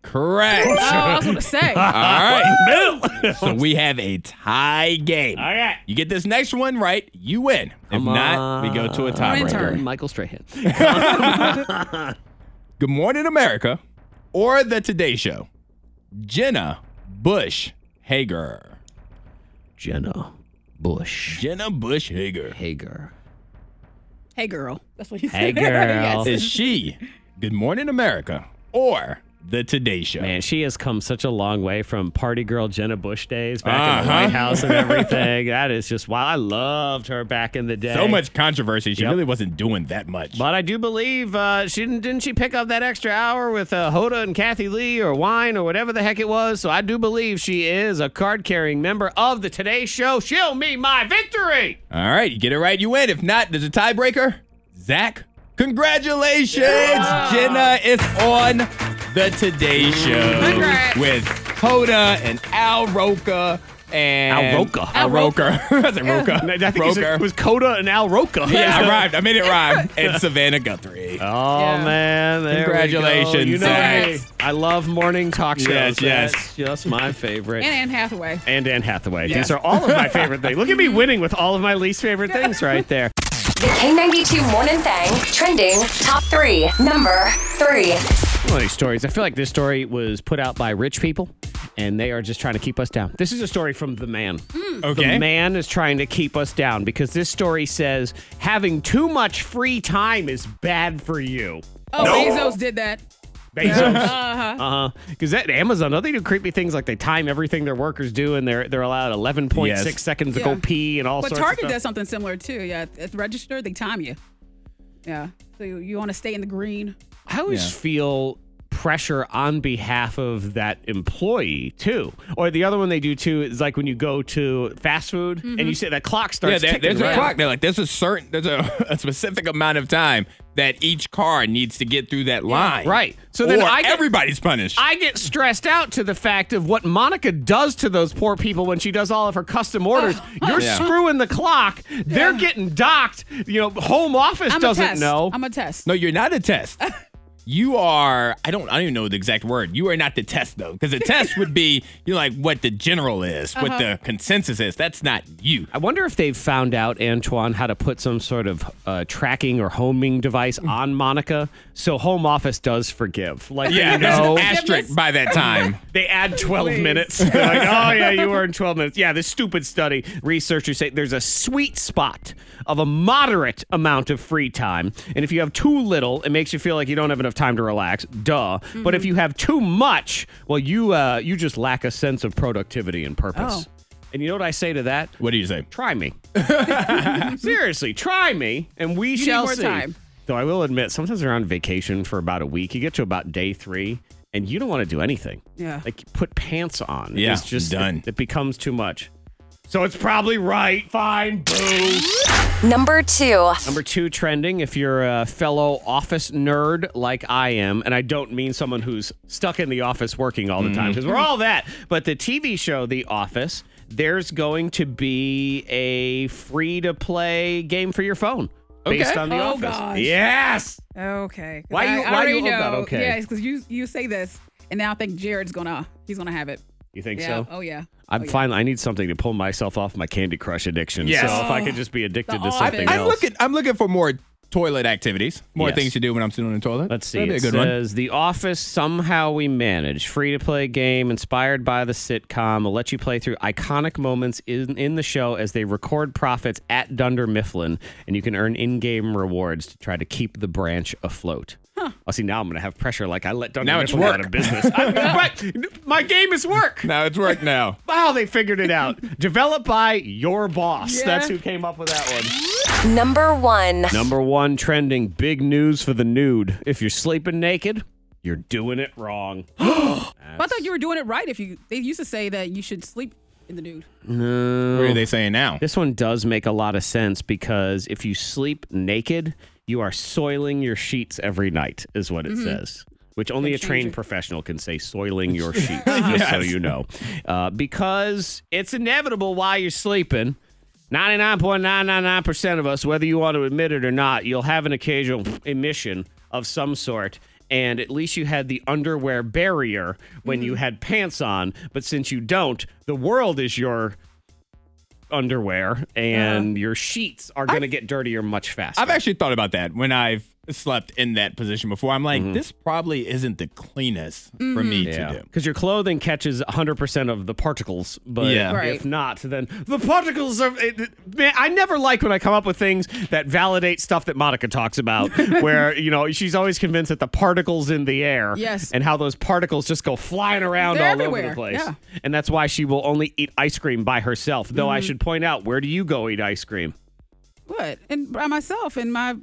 Speaker 5: correct.
Speaker 6: Oh,
Speaker 5: all
Speaker 6: I was gonna say.
Speaker 5: right.
Speaker 1: Boom.
Speaker 5: So we have a tie game.
Speaker 1: All right.
Speaker 5: You get this next one right, you win. If not, we go to a
Speaker 6: Winter.
Speaker 5: tiebreaker.
Speaker 1: Michael Strahan.
Speaker 5: Good Morning America or The Today Show? Jenna Bush Hager.
Speaker 1: Jenna Bush
Speaker 5: Jenna Bush Hager.
Speaker 1: Hager.
Speaker 6: Hey girl. That's what he said.
Speaker 1: Hey, girl.
Speaker 5: Is she Good Morning America or The Today Show?
Speaker 1: Man, she has come such a long way from party girl Jenna Bush days back in the
Speaker 5: Uh-huh.
Speaker 1: White House and everything. that is just wild. I loved her back in the day.
Speaker 5: So much controversy. She
Speaker 1: Yep.
Speaker 5: really wasn't doing that much.
Speaker 1: But I do believe uh, she didn't, didn't she pick up that extra hour with uh, Hoda and Kathy Lee or Wine or whatever the heck it was. So I do believe she is a card carrying member of the Today Show. Show me my victory.
Speaker 5: All right, you get it right, you win. If not, there's a tiebreaker. Zach, congratulations! Jenna is on the Today Show
Speaker 6: Congrats.
Speaker 5: with Hoda and Al Roker and
Speaker 1: Al Roker.
Speaker 5: Al Roker. That's a Roker.
Speaker 1: I think
Speaker 5: Roker.
Speaker 1: it was Coda and Al Roca.
Speaker 5: yeah, I rhymed. I made it rhyme. And Savannah Guthrie.
Speaker 1: Oh
Speaker 6: Yeah.
Speaker 1: man! there we go.
Speaker 5: Congratulations,
Speaker 1: You know
Speaker 5: Zach.
Speaker 1: me. I love morning talk shows.
Speaker 5: Yes, yes.
Speaker 1: That's just my favorite.
Speaker 6: And Anne Hathaway.
Speaker 1: And Anne Hathaway. These are all of my favorite things. Look at me winning with all of my least favorite things right there.
Speaker 3: The K92 Morning Thang trending top three. Number three.
Speaker 1: One of these stories. I feel like this story was put out by rich people, and they are just trying to keep us down. This is a story from the man.
Speaker 6: Hmm.
Speaker 1: The man is trying to keep us down because this story says having too much free time is bad for you.
Speaker 6: Oh,
Speaker 2: No.
Speaker 6: Bezos did that.
Speaker 1: Bezos.
Speaker 6: Uh-huh.
Speaker 1: Uh huh. Because that Amazon, don't they do creepy things like they time everything their workers do, and they're they're allowed 11.6
Speaker 5: Yes.
Speaker 1: seconds to
Speaker 6: Yeah.
Speaker 1: go pee and all
Speaker 6: But
Speaker 1: sorts
Speaker 6: Target
Speaker 1: of
Speaker 6: does
Speaker 1: stuff.
Speaker 6: something similar too. Yeah, at- at the register they time you. Yeah, so you, you want to stay in the green.
Speaker 1: I always
Speaker 5: Yeah.
Speaker 1: feel pressure on behalf of that employee too. Or the other one they do too is like when you go to fast food
Speaker 6: Mm-hmm.
Speaker 1: and you say that clock
Speaker 5: Yeah,
Speaker 1: starts
Speaker 5: there,
Speaker 1: ticking.
Speaker 5: there's a
Speaker 1: right?
Speaker 5: clock. They're like, there's a certain, there's a, a specific amount of time that each car needs to get through that line.
Speaker 1: right. So then
Speaker 5: Or
Speaker 1: I get-
Speaker 5: everybody's punished.
Speaker 1: I get stressed out to the fact of what Monica does to those poor people when she does all of her custom orders.
Speaker 6: Oh.
Speaker 1: You're
Speaker 5: Yeah.
Speaker 1: screwing the clock. They're getting docked. You know, home office
Speaker 6: I'm a
Speaker 1: doesn't
Speaker 6: test.
Speaker 1: know.
Speaker 6: I'm a test.
Speaker 5: no, you're not a test. You are, I don't, I don't even know the exact word. You are not the test though, because the test would be you know, like what the general is,
Speaker 1: Uh-huh.
Speaker 5: what the consensus is. That's not you.
Speaker 1: I wonder if they've found out, Antoine, how to put some sort of uh, tracking or homing device
Speaker 6: Mm.
Speaker 1: on Monica so Home Office does forgive. Like,
Speaker 5: Yeah,
Speaker 1: you
Speaker 5: there's
Speaker 1: know,
Speaker 5: an asterisk by that time.
Speaker 1: they add 12 minutes. They're like, oh, yeah, you were in 12 minutes. Yeah, this stupid study. Researchers say there's a sweet spot of a moderate amount of free time. And if you have too little, it makes you feel like you don't have enough time to relax. Duh. But if you have too much, well, you, uh, you just lack a sense of productivity and purpose. And you know what I say to that?
Speaker 5: What do you say?
Speaker 1: try me. Seriously, try me, and we shall
Speaker 6: more
Speaker 1: see.
Speaker 6: time.
Speaker 1: Though I will admit, sometimes we're on vacation for about a week. You get to about day three, and you don't want to do anything.
Speaker 6: Yeah.
Speaker 1: like put pants on.
Speaker 5: Yeah,
Speaker 1: it's just
Speaker 5: done.
Speaker 1: It, it becomes too much. So it's probably right. Fine. Boo.
Speaker 3: Number two.
Speaker 1: Number two trending. If you're a fellow office nerd like I am, and I don't mean someone who's stuck in the office working all the time,
Speaker 5: Mm-hmm.
Speaker 1: because we're all that. But the TV show The Office, there's going to be a free to play game for your phone based
Speaker 5: Okay.
Speaker 1: on The
Speaker 6: Oh,
Speaker 1: Office.
Speaker 6: gosh.
Speaker 1: Yes.
Speaker 6: Okay. 'Cause
Speaker 1: Why you-
Speaker 6: I,
Speaker 1: why
Speaker 6: I
Speaker 1: you
Speaker 6: already
Speaker 1: love
Speaker 6: know.
Speaker 1: that okay?
Speaker 6: Yeah, because you you say this, and now I think Jared's gonna he's gonna have it.
Speaker 1: You think
Speaker 6: Yeah.
Speaker 1: so?
Speaker 6: Oh yeah.
Speaker 1: I'm
Speaker 6: oh, yeah.
Speaker 1: finally. I need something to pull myself off my Candy Crush addiction.
Speaker 5: Yes.
Speaker 1: So if I
Speaker 6: Oh,
Speaker 1: could just be addicted
Speaker 6: the
Speaker 1: to something
Speaker 6: Office.
Speaker 5: I'm
Speaker 1: else.
Speaker 5: looking, I'm looking for more toilet activities, more
Speaker 1: Yes.
Speaker 5: things to do when I'm sitting on the toilet.
Speaker 1: Let's see.
Speaker 5: That'd be
Speaker 1: it
Speaker 5: a good one.
Speaker 1: says The Office Somehow We Manage, free to play game inspired by the sitcom, will let you play through iconic moments in, in the show as they record profits at Dunder Mifflin, and you can earn in game rewards to try to keep the branch afloat. Huh. Oh, see, now I'm going to have pressure like I let Dunder
Speaker 5: Now it's
Speaker 1: Mifflin out
Speaker 5: work.
Speaker 1: of business. I- but my game is work.
Speaker 5: Now it's work now.
Speaker 1: Wow, they figured it out. Developed by your boss.
Speaker 6: Yeah.
Speaker 1: That's who came up with that one.
Speaker 3: Number one.
Speaker 1: Number one trending big news for the nude. If you're sleeping naked, you're doing it wrong.
Speaker 6: But I thought you were doing it right. If you they used to say that you should sleep in the nude.
Speaker 5: What are they saying now?
Speaker 1: This one does make a lot of sense because if you sleep naked, you are soiling your sheets every night, is what it says. Which only a trained professional can say, soiling your sheets, just so you know. Uh, because it's inevitable while you're sleeping. 99.999% of us, whether you want to admit it or not, you'll have an occasional emission of some sort. And at least you had the underwear barrier when you had pants on. But since you don't, the world is your underwear
Speaker 6: Uh-huh.
Speaker 1: and your sheets are going to get dirtier much faster.
Speaker 5: I've actually thought about that when I've slept in that position before. I'm
Speaker 1: Mm-hmm.
Speaker 5: like, this probably isn't the cleanest for
Speaker 6: Mm-hmm.
Speaker 5: me to do.
Speaker 1: Because your clothing catches 100% of the particles, but
Speaker 5: Yeah.
Speaker 6: Right.
Speaker 1: if not, then the particles are. It, it- man, I never like when I come up with things that validate stuff that Monica talks about, where, you know, she's always convinced that the particles in the air
Speaker 6: Yes.
Speaker 1: and how those particles just go flying around
Speaker 6: They're
Speaker 1: all over the
Speaker 6: everywhere,
Speaker 1: place.
Speaker 6: yeah.
Speaker 1: And that's why she will only eat ice cream by herself. Though
Speaker 6: Mm-hmm.
Speaker 1: I should point out, where do you go eat ice cream?
Speaker 6: What? And by myself and my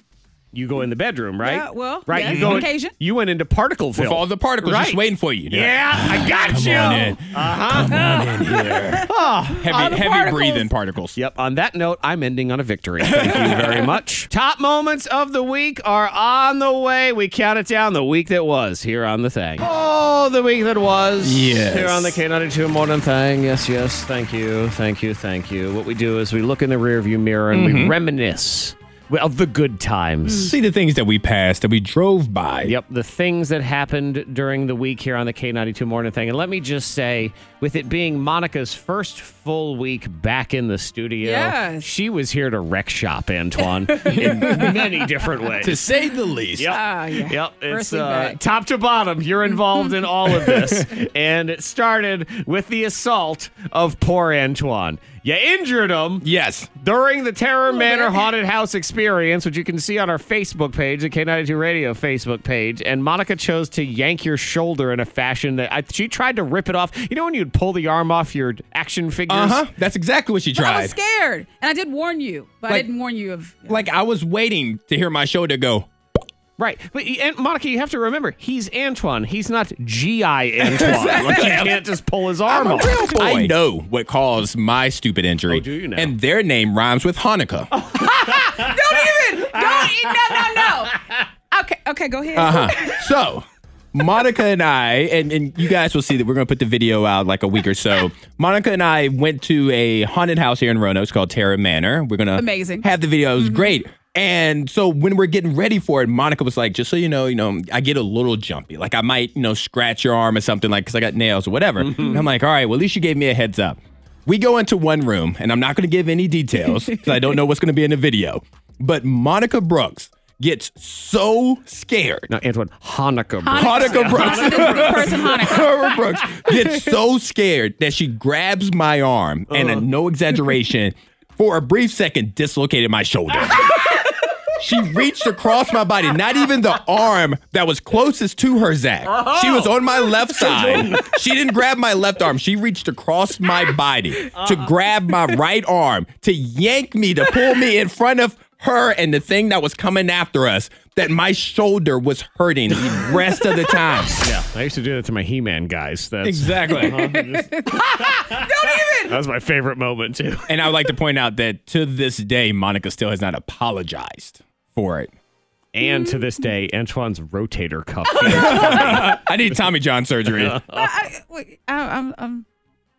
Speaker 1: You go in the bedroom, right?
Speaker 6: Yeah, well,
Speaker 1: right.
Speaker 6: yes,
Speaker 1: you go.
Speaker 6: on occasion.
Speaker 1: You went into Particleville.
Speaker 5: With all the particles
Speaker 1: Right.
Speaker 5: just waiting for you.
Speaker 1: Yeah, I got
Speaker 5: Come
Speaker 1: you. Uh-huh.
Speaker 5: on in.
Speaker 6: all
Speaker 5: Heavy,
Speaker 6: the
Speaker 5: heavy
Speaker 6: particles.
Speaker 5: breathing particles.
Speaker 1: Yep. On that note, I'm ending on a victory. Thank you very much. Top moments of the week are on the way. We counted down the week that was here on the thing. Oh, the week that was.
Speaker 5: Yes.
Speaker 1: Here on the K92 Morning Thing. Yes, yes. Thank you. Thank you. Thank you. What we do is we look in the rearview mirror and we reminisce of the good times.
Speaker 5: See the things that we passed, that we drove by.
Speaker 1: Yep, the things that happened during the week here on the K92 Morning Thing. And let me just say, with it being Monica's first full week back in the studio,
Speaker 6: Yes.
Speaker 1: she was here to wreck shop, Antoine, in many different ways.
Speaker 5: To say the least.
Speaker 1: Yep.
Speaker 6: Ah, yeah.
Speaker 1: Yep. It's
Speaker 6: First week
Speaker 1: uh,
Speaker 6: back.
Speaker 1: top to bottom. You're involved in all of this. and it started with the assault of poor Antoine. You injured him
Speaker 5: Yes.
Speaker 1: during the Terror Manor
Speaker 6: bit.
Speaker 1: Haunted House experience, which you can see on our Facebook page, the K92 Radio Facebook page, and Monica chose to yank your shoulder in a fashion that I, she tried to rip it off. You know when you'd pull the arm off your action figures?
Speaker 5: Uh huh. That's exactly what she
Speaker 6: But I was
Speaker 5: tried.
Speaker 6: scared, and I did warn you, but I
Speaker 5: Like-
Speaker 6: didn't warn you of.
Speaker 5: Like I was waiting to hear my shoulder go.
Speaker 1: Right. But and Monica, you have to remember, he's Antoine. He's not G.I. Antoine. like, you can't just pull his arm off.
Speaker 5: I know what caused my stupid injury.
Speaker 1: Oh, do you now? Oh.
Speaker 5: And their name rhymes with Hanukkah.
Speaker 6: Don't even. Don't. e- No. No. No. Okay. Okay. Go ahead.
Speaker 5: Uh-huh. So Monica and I, and, and you guys will see that we're going to put the video out like a week or so. Monica and I went to a haunted house here in Roanoke. It's called Terra Manor. We're going to
Speaker 6: Amazing.
Speaker 5: have the video. It was great. And so when we're getting ready for it, Monica was like, just so you know, you know, I get a little jumpy. Like I might, you know, scratch your arm or something like because I got nails or whatever. And I'm like, all right, well, at least you gave me a heads up. We go into one room, and I'm not going to give any details because I don't know what's going to be in the video. But Monica Brooks gets so scared.
Speaker 1: No, Antoine, Hanukkah. bro.
Speaker 5: Hanukkah Brooks.
Speaker 6: This person, Hanukkah.
Speaker 5: Barbara Brooks gets so scared that she grabs my arm and, uh, no exaggeration, for a brief second, dislocated my shoulder. she reached across my body, not even the arm that was closest to her, Zach. She was on my left side. She didn't grab my left arm. She reached across my body to grab my right arm, to yank me, to pull me in front of her and the thing that was coming after us that my shoulder was hurting the rest of the time.
Speaker 1: I used to do that to my He-Man guys. That's
Speaker 5: Exactly.
Speaker 1: That was my favorite moment too.
Speaker 5: And I would like to point out that to this day, Monica still has not apologized for it.
Speaker 1: And to this day, Antoine's rotator cuff.
Speaker 5: I need Tommy John surgery.
Speaker 6: I, wait, I, I'm, I'm,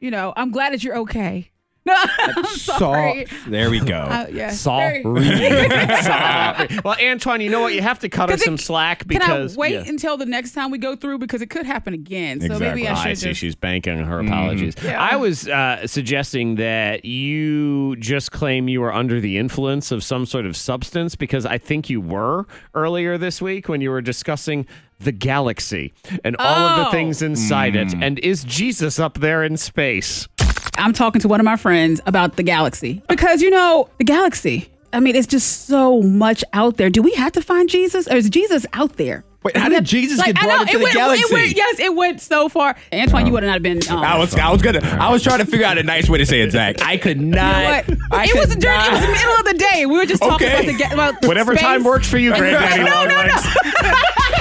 Speaker 6: you know, I'm glad that you're okay. No, I'm
Speaker 5: Saw-
Speaker 6: sorry.
Speaker 5: There we go.
Speaker 6: Uh, yeah,
Speaker 1: Sorry.
Speaker 6: very-
Speaker 1: Sorry. Well, Antoine, you know what? You have to cut her
Speaker 6: Does it-
Speaker 1: some slack
Speaker 6: Can I
Speaker 1: because
Speaker 6: wait
Speaker 1: Yeah.
Speaker 6: until the next time we go through because it could happen again? So maybe
Speaker 5: Exactly.
Speaker 6: I
Speaker 1: I
Speaker 6: should
Speaker 1: see
Speaker 6: just.
Speaker 1: she's banking her apologies.
Speaker 6: Yeah.
Speaker 1: I was uh, suggesting that you just claim you were under the influence of some sort of substance because I think you were earlier this week when you were discussing the galaxy and all of the
Speaker 6: Oh.
Speaker 1: things inside it. And is Jesus up there in space?
Speaker 6: I'm talking to one of my friends about the galaxy because you know the galaxy. I mean, it's just so much out there. Do we have to find Jesus, or is Jesus out there?
Speaker 5: Wait, how did Jesus get brought into
Speaker 6: it
Speaker 5: the
Speaker 6: went,
Speaker 5: galaxy?
Speaker 6: It went, yes, it went so far. Antoine, you would have not been. Um,
Speaker 5: I was I was gonna I was trying to figure out a nice way to say it, Zach. I could not.
Speaker 6: but
Speaker 5: I
Speaker 6: it
Speaker 5: could
Speaker 6: was a journey. It was the
Speaker 5: not-
Speaker 6: middle of the day. We were just talking
Speaker 5: Okay.
Speaker 6: about the ga- about the
Speaker 1: Whatever
Speaker 6: space.
Speaker 1: time works for you, Granddaddy
Speaker 6: No, no, no.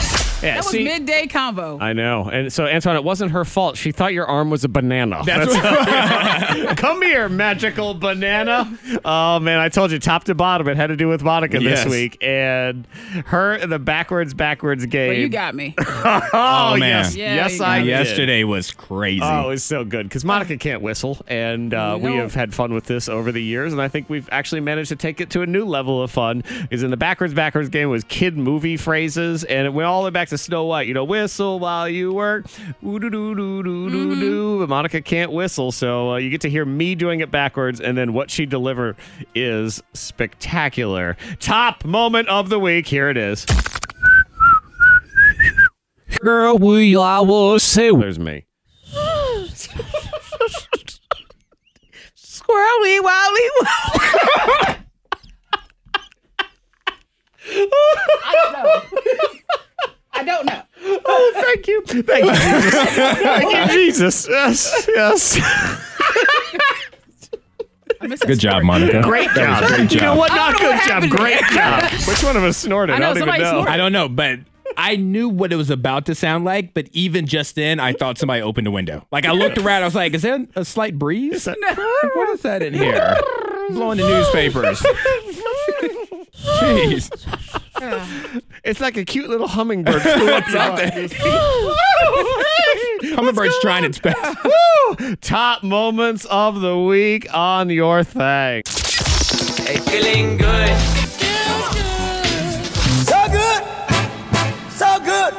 Speaker 1: Longlegs. yeah,
Speaker 6: That was
Speaker 1: see,
Speaker 6: midday convo.
Speaker 1: I know. And so, Antoine, it wasn't her fault. She thought your arm was a banana.
Speaker 5: That's what,
Speaker 1: Come here, magical banana. Oh man, I told you top to bottom it had to do with Monica
Speaker 5: Yes.
Speaker 1: this week and her and the backwards backwards game.
Speaker 6: Well, you got me.
Speaker 1: oh,
Speaker 5: Oh, man.
Speaker 1: yes,
Speaker 6: Yeah,
Speaker 1: yes
Speaker 6: you
Speaker 1: I
Speaker 6: got
Speaker 1: did.
Speaker 6: it.
Speaker 5: yesterday was crazy.
Speaker 1: Oh, it's so good because Monica can't whistle, and uh, we
Speaker 6: No.
Speaker 1: have had fun with this over the years, and I think we've actually managed to take it to a new level of fun. Is in the backwards backwards game was kid movie phrases, and it went all the way back to Snow White. You know, whistle while you work, ooh doo doo doo doo doo doo. But Monica can't whistle, so uh, you get to hear me doing it backwards, and then what she delivered is spectacular. Top moment of the week. Here it is. Girl, we I will say. There's me.
Speaker 6: Squirrely, wildly, I don't know.
Speaker 1: Thank you. Thank you, Jesus. Thank you, Jesus. Yes, yes.
Speaker 6: I don't know.
Speaker 5: Good job, Monica.
Speaker 1: Great
Speaker 5: That
Speaker 1: job.
Speaker 5: was a great
Speaker 1: You know
Speaker 5: job.
Speaker 1: what?
Speaker 6: I
Speaker 1: Not
Speaker 6: don't know
Speaker 1: good
Speaker 6: what
Speaker 1: job.
Speaker 6: happened
Speaker 1: Great job. Which one of us snorted?
Speaker 6: I know,
Speaker 1: don't even
Speaker 6: somebody
Speaker 1: know.
Speaker 6: snorted.
Speaker 5: I don't know, but I knew what it was about to sound like, but even just then, I thought somebody opened a window. Like I looked around, I was like, "Is there a slight breeze? Like, what is that in here? Blowing the newspapers." Jeez,
Speaker 1: It's like a cute little hummingbird flew up your butt.
Speaker 5: hummingbird's trying its best.
Speaker 1: Woo! Top moments of the week on your thing.
Speaker 7: Feeling good. So good. So good.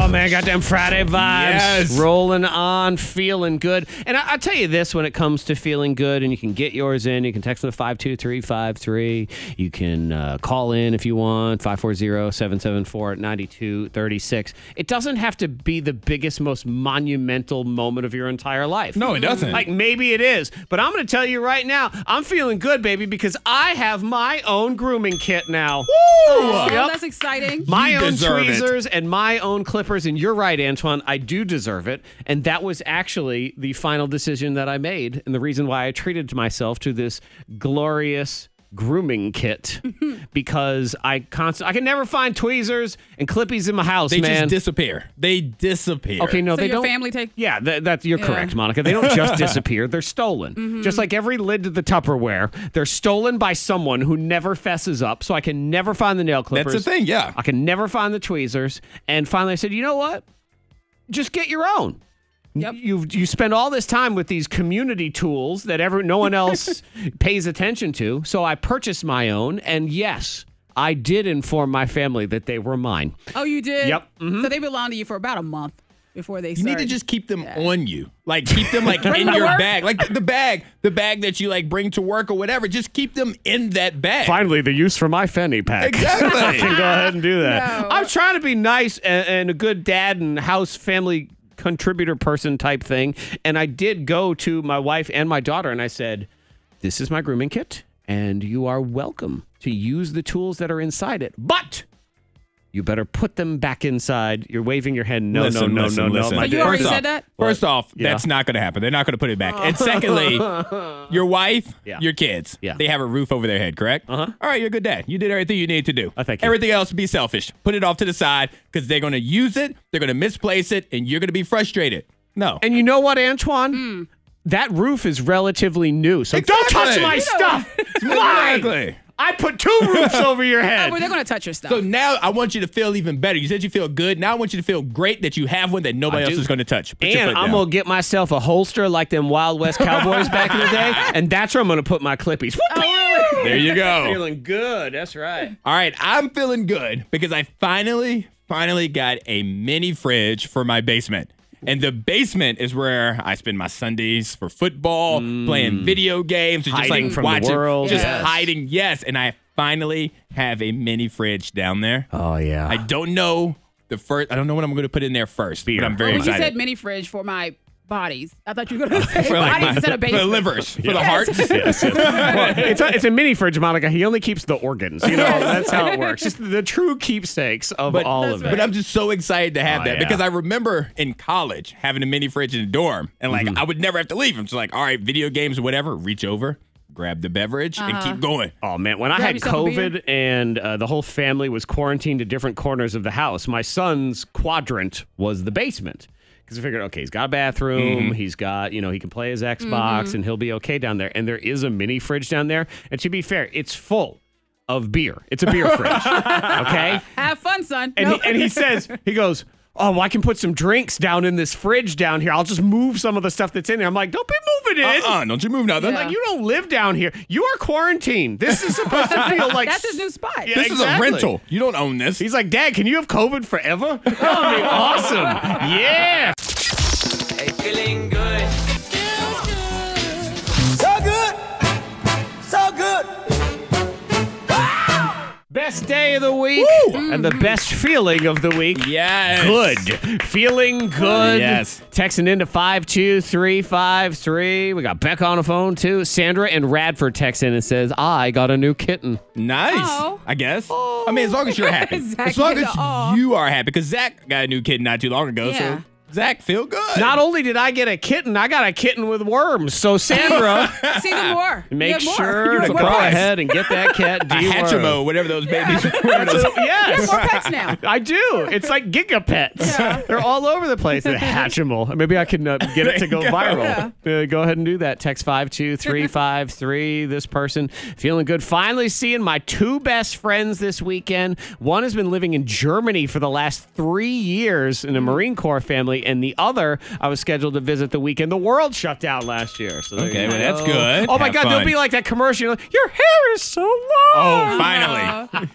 Speaker 1: Oh man, goddamn Friday vibes.
Speaker 5: Yes.
Speaker 1: Rolling on, feeling good. And I, I tell you this when it comes to feeling good, and you can get yours in. You can text them to 52353. You can uh, call in if you want, 540 774 9236. It doesn't have to be the biggest, most monumental moment of your entire life.
Speaker 5: No, it doesn't.
Speaker 1: Like maybe it is, but I'm going to tell you right now, I'm feeling good, baby, because I have my own grooming kit now.
Speaker 6: Oh,
Speaker 1: Yep.
Speaker 6: That's exciting.
Speaker 1: My
Speaker 5: You
Speaker 1: own
Speaker 5: deserve it.
Speaker 1: tweezers and my own clippers. And you're right, Antoine. I do deserve it. And that was actually the final decision that I made and the reason why I treated myself to this glorious grooming kit because I constant I can never find tweezers and clippies in my house,
Speaker 5: they
Speaker 1: man.
Speaker 5: just disappear. They disappear.
Speaker 1: okay, no,
Speaker 6: so
Speaker 1: they
Speaker 6: your
Speaker 1: don't.
Speaker 6: family take.
Speaker 1: yeah, that, that you're correct, Monica. They don't just disappear; they're stolen.
Speaker 5: Mm-hmm.
Speaker 1: Just like every lid to the Tupperware, they're stolen by someone who never fesses up. So I can never find the nail
Speaker 5: that's
Speaker 1: clippers.
Speaker 5: the thing. Yeah,
Speaker 1: I could never find the tweezers. And finally, I said, you know what? Just get your own.
Speaker 6: Yep.
Speaker 1: You you spend all this time with these community tools that ever no one else pays attention to. So I purchased my own, and yes, I did inform my family that they were mine.
Speaker 6: Oh, you did?
Speaker 1: Yep.
Speaker 6: So they belonged to you for about a month before they
Speaker 5: You need
Speaker 6: started.
Speaker 5: to just keep them on you. Like keep them like in your bag. Like the, the bag, the bag that you like bring to work or whatever. Just keep them in that bag.
Speaker 1: Finally, the use for my fanny pack.
Speaker 5: Exactly.
Speaker 1: can go ahead and do that.
Speaker 6: No.
Speaker 1: I'm trying to be nice and, and a good dad and house family contributor person type thing. And I did go to my wife and my daughter and I said, This is my grooming kit, and you are welcome to use the tools that are inside it. But you better put them back inside. You're waving your hand. No,
Speaker 5: Listen,
Speaker 1: no, no,
Speaker 5: listen,
Speaker 1: no, no.
Speaker 5: listen.
Speaker 1: My
Speaker 6: So you
Speaker 1: dad-
Speaker 6: already
Speaker 5: First
Speaker 6: said
Speaker 5: off-
Speaker 6: that? Oh.
Speaker 5: First off,
Speaker 1: Yeah.
Speaker 5: that's not going to happen. They're not going to put it back. And secondly, your wife,
Speaker 1: Yeah.
Speaker 5: your kids,
Speaker 1: Yeah.
Speaker 5: they have a roof over their head, correct? Uh-huh. All right, you're a good dad. You did everything you needed to do.
Speaker 1: I Oh, thank you.
Speaker 5: Everything else, be selfish. Put it off to the side because they're going to use it, they're going to misplace it, and you're going to be frustrated. No.
Speaker 1: And you know what, Antoine?
Speaker 6: Hmm.
Speaker 1: That roof is relatively new. So don't touch
Speaker 5: Exactly.
Speaker 1: my
Speaker 5: You know-
Speaker 1: stuff. It's mine.
Speaker 5: Exactly.
Speaker 1: I put two roofs over your head.
Speaker 6: Oh, well, they're going to touch your stuff.
Speaker 5: So now I want you to feel even better. You said you feel good. Now I want you to feel great that you have one that nobody
Speaker 1: I
Speaker 5: else
Speaker 1: do.
Speaker 5: is going to touch. Put your
Speaker 1: And
Speaker 5: foot
Speaker 1: I'm
Speaker 5: down.
Speaker 1: gonna get myself a holster like them Wild West Cowboys back in the day, and that's where I'm gonna put my clippies.
Speaker 6: Oh,
Speaker 5: There you go.
Speaker 1: Feeling good. That's right.
Speaker 5: All right, I'm feeling good because I finally, finally got a mini fridge for my basement. And the basement is where I spend my Sundays for football, playing video games, and just
Speaker 1: Mm. Hiding
Speaker 5: like
Speaker 1: from the
Speaker 5: watching,
Speaker 1: world.
Speaker 5: just
Speaker 1: Yes.
Speaker 5: hiding. Yes, and I finally have a mini fridge down there.
Speaker 1: Oh yeah.
Speaker 5: I don't know the first. I don't know what I'm going to put in there first,
Speaker 1: Beer.
Speaker 5: but I'm very
Speaker 6: oh, when you
Speaker 5: excited.
Speaker 6: said mini fridge for my bodies, I thought you were
Speaker 1: Oh,
Speaker 6: going to say
Speaker 5: for like
Speaker 6: bodies
Speaker 5: my,
Speaker 6: instead of
Speaker 5: for the
Speaker 6: basement.
Speaker 5: livers, for the hearts.
Speaker 1: Well, it's a it's a mini fridge, Monica. He only keeps the organs. You know that's how it works. Just the true keepsakes of
Speaker 5: But-
Speaker 1: all
Speaker 6: That's
Speaker 1: of
Speaker 6: right.
Speaker 1: it.
Speaker 5: But I'm just so excited to have
Speaker 1: Oh,
Speaker 5: that
Speaker 1: yeah.
Speaker 5: because I remember in college having a mini fridge in the dorm, and like
Speaker 1: Mm-hmm.
Speaker 5: I would never have to leave. I'm just like, all right, video games, whatever. Reach over, grab the beverage, and
Speaker 6: Uh-huh.
Speaker 5: keep going.
Speaker 1: Oh man, when I
Speaker 6: Grab
Speaker 1: had
Speaker 6: yourself a beer.
Speaker 1: COVID and uh, the whole family was quarantined to different corners of the house, my son's quadrant was the basement. Because I figured, okay, he's got a bathroom, he's got, you know, he can play his Xbox
Speaker 6: Mm-hmm.
Speaker 1: and he'll be okay down there. And there is a mini fridge down there. And to be fair, it's full of beer. It's a beer fridge. Okay?
Speaker 6: Have fun, son.
Speaker 1: And,
Speaker 6: no.
Speaker 1: he, and he says, he goes, Oh, well, I can put some drinks down in this fridge down here. I'll just move some of the stuff that's in there. I'm like, don't be moving it.
Speaker 5: Uh-uh, don't you move nothing.
Speaker 1: Like you don't live down here. You are quarantined. This is supposed to feel like
Speaker 6: That's his new spot.
Speaker 1: Yeah,
Speaker 5: this
Speaker 1: exactly.
Speaker 5: is a rental. You don't own this.
Speaker 1: He's like, Dad, can you have COVID forever? That would be awesome. Yeah.
Speaker 7: Feeling good.
Speaker 4: Feels good.
Speaker 7: So good. So good.
Speaker 1: Best day of the week and the best feeling of the week.
Speaker 5: yes.
Speaker 1: Good. Feeling good.
Speaker 5: Yes.
Speaker 1: Texting into 52353. We got Becca on the phone too. Sandra and Radford texts in and says, I got a new kitten.
Speaker 5: Nice.
Speaker 6: Oh.
Speaker 5: I guess. I mean, as long as you're happy.
Speaker 6: Zach
Speaker 5: as long
Speaker 6: did
Speaker 5: as
Speaker 6: the aw.
Speaker 5: you are happy. Because Zach got a new kid not too long ago.
Speaker 6: Yeah.
Speaker 5: So Zach, feel good.
Speaker 1: Not only did I get a kitten, I got a kitten with worms. So Sandra,
Speaker 6: See the more.
Speaker 1: make
Speaker 6: You have more.
Speaker 1: sure to
Speaker 6: You have
Speaker 1: go
Speaker 6: more pets.
Speaker 1: ahead and get that cat.
Speaker 5: a Hatchimo, whatever those babies were.
Speaker 1: That's a-
Speaker 6: You have
Speaker 1: yes.
Speaker 6: more pets now.
Speaker 1: I do. It's like gigapets. They're all over the place. They're hatchimal. Maybe I can uh, get it to go viral. Uh, go ahead and do that. Text 52353. This person feeling good. Finally seeing my two best friends this weekend. One has been living in Germany for the last three years in a Marine Corps family, and the other I was scheduled to visit the weekend the world shut down last year. So there
Speaker 5: Okay,
Speaker 1: you
Speaker 5: well, that's
Speaker 1: go.
Speaker 5: good.
Speaker 1: Oh my
Speaker 5: Have
Speaker 1: God,
Speaker 5: fun.
Speaker 1: there'll be like that commercial. Your hair is so long.
Speaker 5: Oh, finally.
Speaker 6: Uh,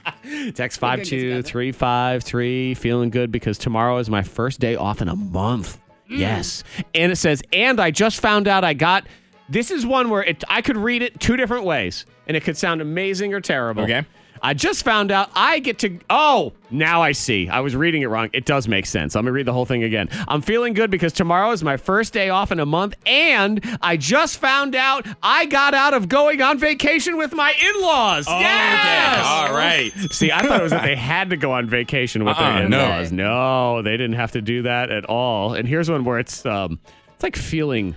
Speaker 1: Text
Speaker 6: We're
Speaker 1: five
Speaker 6: gonna get
Speaker 1: two
Speaker 6: together.
Speaker 1: three five three. Feeling good because tomorrow is my first day off in a month.
Speaker 6: Mm.
Speaker 1: Yes, and it says, and I just found out I got. This is one where it, I could read it two different ways, and it could sound amazing or terrible.
Speaker 5: Okay.
Speaker 1: I just found out I get to. Oh, now I see. I was reading it wrong. It does make sense. Let me read the whole thing again. I'm feeling good because tomorrow is my first day off in a month, and I just found out I got out of going on vacation with my in laws.
Speaker 5: Oh,
Speaker 1: yes.
Speaker 5: yeah. All right.
Speaker 1: See, I thought it was that they had to go on vacation with
Speaker 5: Uh-uh,
Speaker 1: their
Speaker 5: no.
Speaker 1: in-laws. No. they didn't have to do that at all. And here's one where it's um, it's like feeling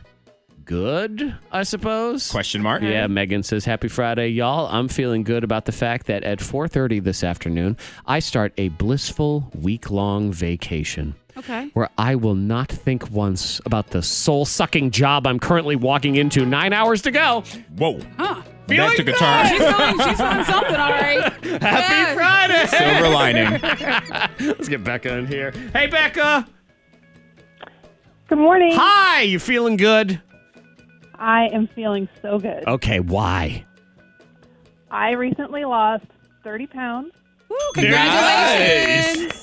Speaker 1: good, I suppose.
Speaker 5: Question mark.
Speaker 1: Yeah, Megan says, "Happy Friday, y'all. I'm feeling good about the fact that at 4:30 this afternoon, I start a blissful week-long vacation."
Speaker 6: Okay.
Speaker 1: Where I will not think once about the soul sucking job I'm currently walking into. Nine hours to go.
Speaker 5: Whoa.
Speaker 6: Huh.
Speaker 5: That took a
Speaker 6: She's
Speaker 5: turn.
Speaker 6: feeling, she's feeling something, all right.
Speaker 1: Happy
Speaker 6: Yeah.
Speaker 1: Friday.
Speaker 5: Silver lining.
Speaker 1: Let's get Becca in here. Hey, Becca.
Speaker 8: Good morning.
Speaker 1: Hi, you feeling good?
Speaker 8: I am feeling so good.
Speaker 1: Okay, why?
Speaker 8: I recently lost 30 pounds.
Speaker 5: Congratulations.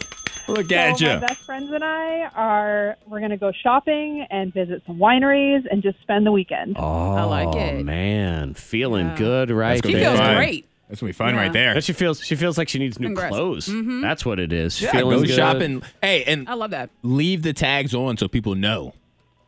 Speaker 5: Look at
Speaker 8: so
Speaker 5: you.
Speaker 8: my best friends and I are we're going to go shopping and visit some wineries and just spend the weekend.
Speaker 1: Oh,
Speaker 6: I like it.
Speaker 1: man, feeling good right
Speaker 5: That's gonna
Speaker 6: She
Speaker 5: be
Speaker 1: there.
Speaker 6: feels
Speaker 5: fun.
Speaker 6: great.
Speaker 5: That's gonna be fun right
Speaker 1: That
Speaker 5: there.
Speaker 1: she feels she feels like she needs new
Speaker 6: Congrats. Mm-hmm.
Speaker 1: clothes. That's what it is.
Speaker 5: Yeah,
Speaker 1: feeling
Speaker 5: go
Speaker 1: good.
Speaker 5: shopping. Hey, and
Speaker 6: I love that.
Speaker 5: leave the tags on so people know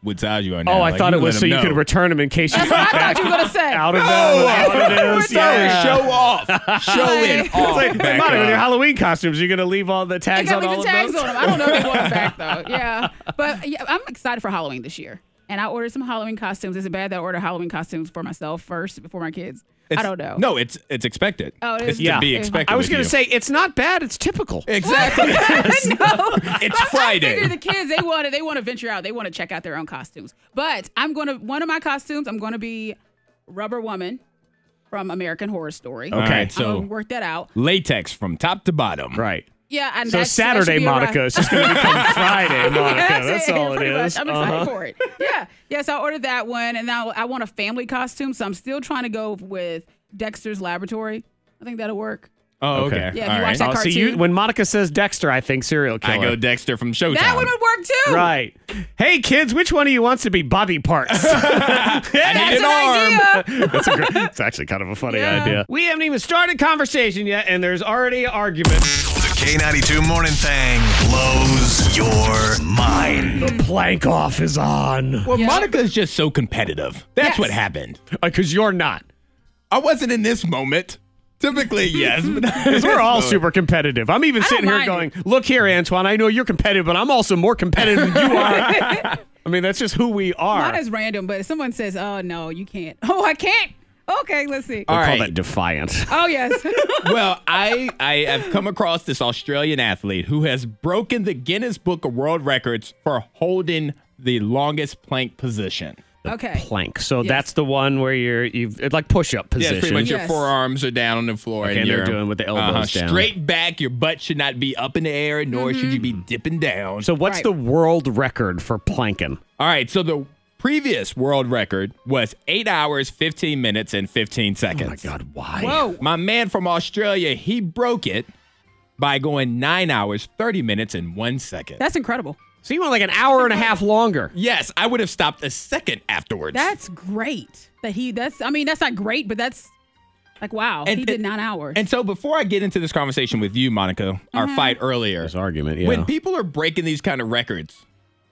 Speaker 5: what size you are now.
Speaker 1: Oh, I
Speaker 5: Like,
Speaker 1: thought
Speaker 5: you
Speaker 1: it was so
Speaker 5: let them
Speaker 1: you could
Speaker 5: know. Oh,
Speaker 1: return them in case you
Speaker 6: That's what I thought you were gonna say.
Speaker 1: out of
Speaker 5: No,
Speaker 1: them. Out
Speaker 5: no,
Speaker 1: of this. Yeah.
Speaker 5: show off, show it off.
Speaker 1: It's like,
Speaker 5: back
Speaker 1: Monica, with your
Speaker 5: up.
Speaker 1: Halloween costumes, you're gonna leave all the
Speaker 6: I
Speaker 1: tags
Speaker 6: got
Speaker 1: on
Speaker 6: me
Speaker 1: all
Speaker 6: the
Speaker 1: of
Speaker 6: tags
Speaker 1: those.
Speaker 6: on them. I don't know if they want them back though. Yeah, but yeah, I'm excited for Halloween this year, and I ordered some Halloween costumes. Is it bad that I order Halloween costumes for myself first before my kids? I
Speaker 5: It's-
Speaker 6: don't know.
Speaker 5: No, it's it's expected.
Speaker 6: Oh, it
Speaker 5: it's
Speaker 6: is.
Speaker 5: to
Speaker 1: Yeah.
Speaker 5: be expected.
Speaker 1: I was
Speaker 5: with
Speaker 1: gonna
Speaker 5: you.
Speaker 1: say it's not bad. It's typical.
Speaker 5: exactly.
Speaker 6: no.
Speaker 5: it's
Speaker 6: I figure
Speaker 5: Friday.
Speaker 6: the kids they want to they want to venture out. They want to check out their own costumes. But I'm gonna one of my costumes. I'm gonna be Rubber Woman from American Horror Story.
Speaker 5: All right,
Speaker 1: Okay.
Speaker 6: I'm
Speaker 5: so
Speaker 6: gonna work that out.
Speaker 5: latex from top to bottom.
Speaker 1: Right.
Speaker 6: Yeah, and
Speaker 1: So
Speaker 6: that's, that should
Speaker 1: Saturday,
Speaker 6: be a
Speaker 1: Monica,
Speaker 6: ride.
Speaker 1: is just gonna become Friday, Monica.
Speaker 6: Yeah,
Speaker 1: That's
Speaker 6: it,
Speaker 1: all it
Speaker 6: pretty much.
Speaker 1: is. Uh-huh.
Speaker 6: I'm excited for it. Yeah. Yeah, so I ordered that one and now I want a family costume. So I'm still trying to go with Dexter's Laboratory. I think that'll work.
Speaker 5: Oh, okay.
Speaker 1: Okay.
Speaker 6: Yeah, if
Speaker 5: All
Speaker 6: you
Speaker 5: right.
Speaker 6: watch that
Speaker 1: Oh, see, you
Speaker 6: cartoon.
Speaker 1: when Monica says Dexter, I think serial killer.
Speaker 5: I go Dexter from Showtime.
Speaker 6: That one would work too.
Speaker 1: Right. Hey, kids, which one of you wants to be Bobby Parts?
Speaker 5: I need
Speaker 6: That's
Speaker 5: an
Speaker 6: an
Speaker 5: arm.
Speaker 6: idea.
Speaker 1: That's a great, it's actually kind of a funny
Speaker 6: Yeah.
Speaker 1: idea. We haven't even started conversation yet, and there's already an argument.
Speaker 2: The K92 Morning Thang blows your mind.
Speaker 1: The plank off is on.
Speaker 5: Well, Monica's just so competitive. That's
Speaker 6: Yes.
Speaker 5: what happened.
Speaker 1: Because Uh, you're not.
Speaker 5: I wasn't in this moment. Typically, yes.
Speaker 1: Because we're all super competitive. I'm even
Speaker 6: don't
Speaker 1: sitting here
Speaker 6: mind
Speaker 1: going, look here, Antoine, I know you're competitive, but I'm also more competitive than you are. I mean, that's just who we are.
Speaker 6: Mine is random, but if someone says, "Oh no, you can't." Oh, I can't. Okay, let's see.
Speaker 1: I
Speaker 5: All
Speaker 1: call
Speaker 5: right.
Speaker 1: that defiant.
Speaker 6: oh yes.
Speaker 5: well, I I have come across this Australian athlete who has broken the Guinness Book of World Records for holding the longest plank position.
Speaker 6: okay.
Speaker 1: Plank. So
Speaker 6: Yes.
Speaker 1: that's the one where you're, you've, it's like push up
Speaker 5: Yeah,
Speaker 1: position.
Speaker 5: it's pretty much your
Speaker 6: Yes.
Speaker 5: forearms are down on the floor,
Speaker 1: Okay,
Speaker 5: and
Speaker 1: they're
Speaker 5: you're
Speaker 1: doing with the elbows down. Mm-hmm.
Speaker 5: Straight back, your butt should not be up in the air, nor should you be dipping down.
Speaker 1: so what's
Speaker 6: Right.
Speaker 1: the world record for planking?
Speaker 5: all right, so the previous world record was eight hours, fifteen minutes, and fifteen seconds.
Speaker 1: Oh My God, why?
Speaker 6: Whoa.
Speaker 5: My man from Australia, he broke it by going nine hours, thirty minutes, and one second.
Speaker 6: That's incredible.
Speaker 1: So you want like an hour and a half longer.
Speaker 5: Yes, I would have stopped a second afterwards.
Speaker 6: That's great. That he. That's. I mean, that's not great, but that's like wow.
Speaker 5: And-
Speaker 6: he did
Speaker 5: and-
Speaker 6: nine hours.
Speaker 5: and so before I get into this conversation with you, Monica, our
Speaker 6: Mm-hmm.
Speaker 5: fight earlier,
Speaker 1: This argument, yeah.
Speaker 5: when people are breaking these kind of records,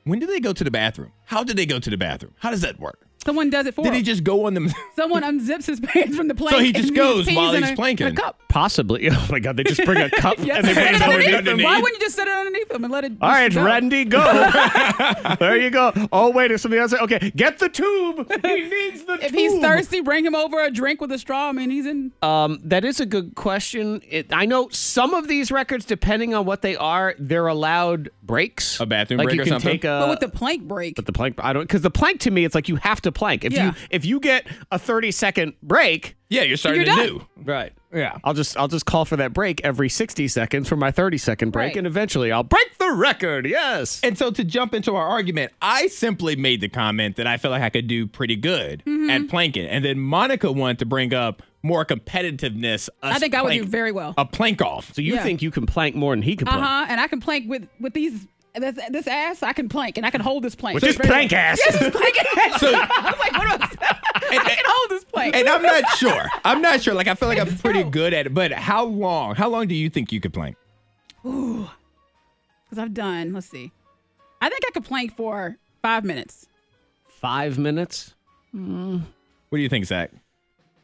Speaker 5: when do they go to the bathroom? How do they go to the bathroom? How does that work?
Speaker 6: Someone does it for
Speaker 5: Did he
Speaker 6: him.
Speaker 5: just go on them?
Speaker 6: Someone unzips his pants from the plank.
Speaker 5: he just
Speaker 6: and
Speaker 5: goes
Speaker 6: pees
Speaker 5: while
Speaker 6: in
Speaker 5: he's
Speaker 6: a-
Speaker 5: planking.
Speaker 6: in a cup.
Speaker 1: Possibly. Oh my God, they just bring a cup and they bring it
Speaker 6: Set it
Speaker 1: underneath them.
Speaker 6: underneath. Why wouldn't you just set it underneath him and let it?
Speaker 1: All
Speaker 6: just
Speaker 1: right,
Speaker 6: go?
Speaker 1: Randy, go. there you go. Oh, wait, there's something else. Okay, get the tube. He needs the
Speaker 6: If
Speaker 1: tube.
Speaker 6: he's thirsty, bring him over a drink with a straw. I mean, he's in.
Speaker 1: Um, that is a good question. It, I know some of these records, depending on what they are, they're allowed breaks.
Speaker 5: A bathroom
Speaker 1: like
Speaker 5: break
Speaker 1: you
Speaker 5: or
Speaker 1: can
Speaker 5: something?
Speaker 1: Take a,
Speaker 6: but with the plank break,
Speaker 1: but the plank, I don't, because the plank to me, it's like you have to plank. If
Speaker 6: Yeah.
Speaker 1: you if you get a 30 second break,
Speaker 5: yeah, you're starting
Speaker 6: You're
Speaker 5: to
Speaker 6: done.
Speaker 5: do.
Speaker 1: right.
Speaker 5: Yeah.
Speaker 1: I'll just I'll just call for that break every 60 seconds for my 30 second break
Speaker 6: Right.
Speaker 1: and eventually I'll break the record. Yes.
Speaker 5: And so to jump into our argument, I simply made the comment that I feel like I could do pretty good at planking, and then Monica wanted to bring up more competitiveness. us
Speaker 6: I think I would
Speaker 5: plank-
Speaker 6: do very well.
Speaker 5: A plank off.
Speaker 1: So you
Speaker 6: Yeah.
Speaker 1: think you can plank more than he can
Speaker 6: Uh
Speaker 1: plank?
Speaker 6: huh. And I can plank with with these this, this ass. I can plank and I can hold this plank.
Speaker 1: With this plank ass.
Speaker 6: Yes, this plank ass.
Speaker 5: So-
Speaker 6: I'm like, what do I? I can hold this plank.
Speaker 5: And I'm not sure. I'm not sure. Like I feel like I'm pretty good at it. But how long? How long do you think you could plank?
Speaker 6: Because I've done. Let's see. I think I could plank for five minutes.
Speaker 1: Five minutes.
Speaker 5: What do you think, Zach?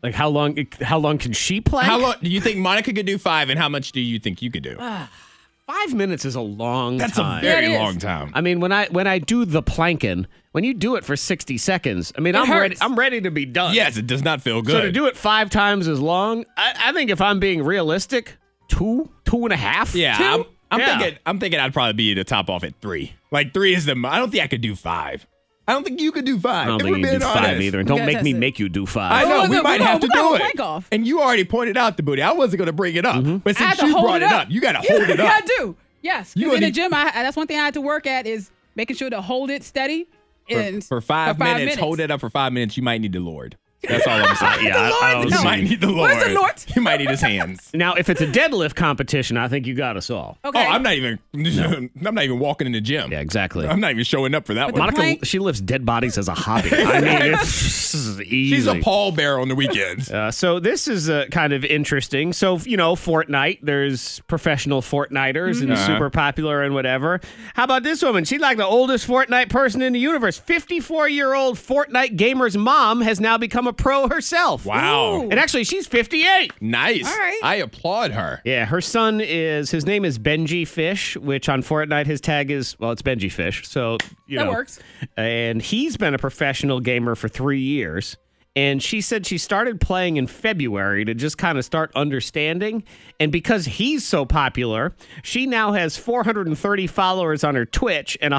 Speaker 1: Like how long? How long can she plank?
Speaker 5: How long do you think Monica could do five, and how much do you think you could do?
Speaker 1: Five minutes is a long
Speaker 5: That's a
Speaker 1: time.
Speaker 5: very
Speaker 6: Yeah, it is.
Speaker 5: long time.
Speaker 1: I mean, when I when I do the planking, when you do it for sixty seconds, I mean, I'm ready.
Speaker 6: hurts.
Speaker 1: I'm ready to be done.
Speaker 5: Yes, it does not feel good.
Speaker 1: So to do it five times as long, I, I think if I'm being realistic, two, two and a half.
Speaker 5: Yeah,
Speaker 1: two?
Speaker 5: I'm, I'm
Speaker 1: Yeah.
Speaker 5: thinking. I'm thinking I'd probably be to top off at three. Like three is the. mo- I don't think I could do five. I don't think you could do five.
Speaker 1: I don't
Speaker 5: if
Speaker 1: think
Speaker 5: we're
Speaker 1: you can do
Speaker 5: being
Speaker 1: five
Speaker 5: honest.
Speaker 1: either. And
Speaker 6: We
Speaker 1: don't
Speaker 6: gotta
Speaker 1: make me
Speaker 6: test it.
Speaker 1: make you do five.
Speaker 5: I know
Speaker 6: Oh,
Speaker 5: we
Speaker 6: look,
Speaker 5: might
Speaker 6: we
Speaker 5: have to
Speaker 6: gonna-
Speaker 5: do
Speaker 6: we gonna
Speaker 5: it.
Speaker 6: plank off.
Speaker 5: And you already pointed out the booty. I wasn't going to bring it up,
Speaker 1: Mm-hmm.
Speaker 5: but
Speaker 6: I had
Speaker 5: since
Speaker 6: to
Speaker 5: you
Speaker 6: hold
Speaker 5: brought
Speaker 6: it
Speaker 5: it up, you got to hold it
Speaker 6: Yeah,
Speaker 5: up.
Speaker 6: I do. Yes.
Speaker 5: You
Speaker 6: 'Cause in
Speaker 5: gonna-
Speaker 6: the gym, I, that's one thing I had to work at is making sure to hold it steady.
Speaker 5: For,
Speaker 6: and
Speaker 5: for five, minutes, hold it up for five minutes. You might need the Lord. That's all I'm saying.
Speaker 1: Yeah, I- I don't
Speaker 5: You
Speaker 1: see-
Speaker 5: might need the Lord.
Speaker 6: Where's the Lord?
Speaker 5: You might need his hands.
Speaker 1: Now, if it's a deadlift competition, I think you got us all.
Speaker 6: Okay.
Speaker 5: Oh, I'm not even. I'm not even walking in the gym.
Speaker 1: Yeah, exactly.
Speaker 5: I'm not even showing up for that one.
Speaker 1: Monica,
Speaker 6: plank-
Speaker 1: she lifts dead bodies as a hobby. I mean, it's, this is easy.
Speaker 5: She's a pallbearer on the weekends.
Speaker 1: Uh, so this is uh, kind of interesting. So you know, Fortnite. There's professional Fortniters and super popular and whatever. How about this woman? She's like the oldest Fortnite person in the universe. 54 year old Fortnite gamer's mom has now become a pro herself.
Speaker 5: Wow.
Speaker 1: And actually, she's 58.
Speaker 5: Nice.
Speaker 6: All right.
Speaker 5: I applaud her.
Speaker 1: Yeah, her son is his name is Benji Fish, which on Fortnite his tag is well, it's Benji Fish. So you
Speaker 6: That
Speaker 1: know.
Speaker 6: works.
Speaker 1: And he's been a professional gamer for three years. And she said she started playing in February to just kind of start understanding. And because he's so popular, she now has 430 followers on her Twitch and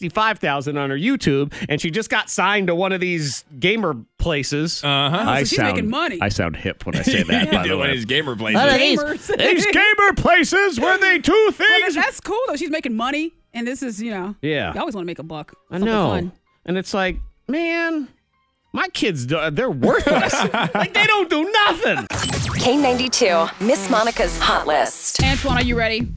Speaker 1: 165,000 on her YouTube. And she just got signed to one of these gamer places. Uh-huh. I
Speaker 6: Oh, she's
Speaker 1: sound,
Speaker 6: making money.
Speaker 1: I sound hip when I say that, by the
Speaker 5: Doing
Speaker 1: way.
Speaker 5: his gamer plays.
Speaker 1: None of
Speaker 6: Gamers.
Speaker 1: these gamer places where they do
Speaker 6: Well,
Speaker 1: things.
Speaker 6: that- that's cool though. She's making money, and this is you know.
Speaker 1: Yeah.
Speaker 6: You always want to make a buck.
Speaker 1: I
Speaker 6: Something
Speaker 1: know.
Speaker 6: fun.
Speaker 1: And it's like, man, my kids, uh, they're worthless. like, they don't do nothing.
Speaker 3: K92, Miss Monica's Hot List.
Speaker 6: Antoine, are you ready?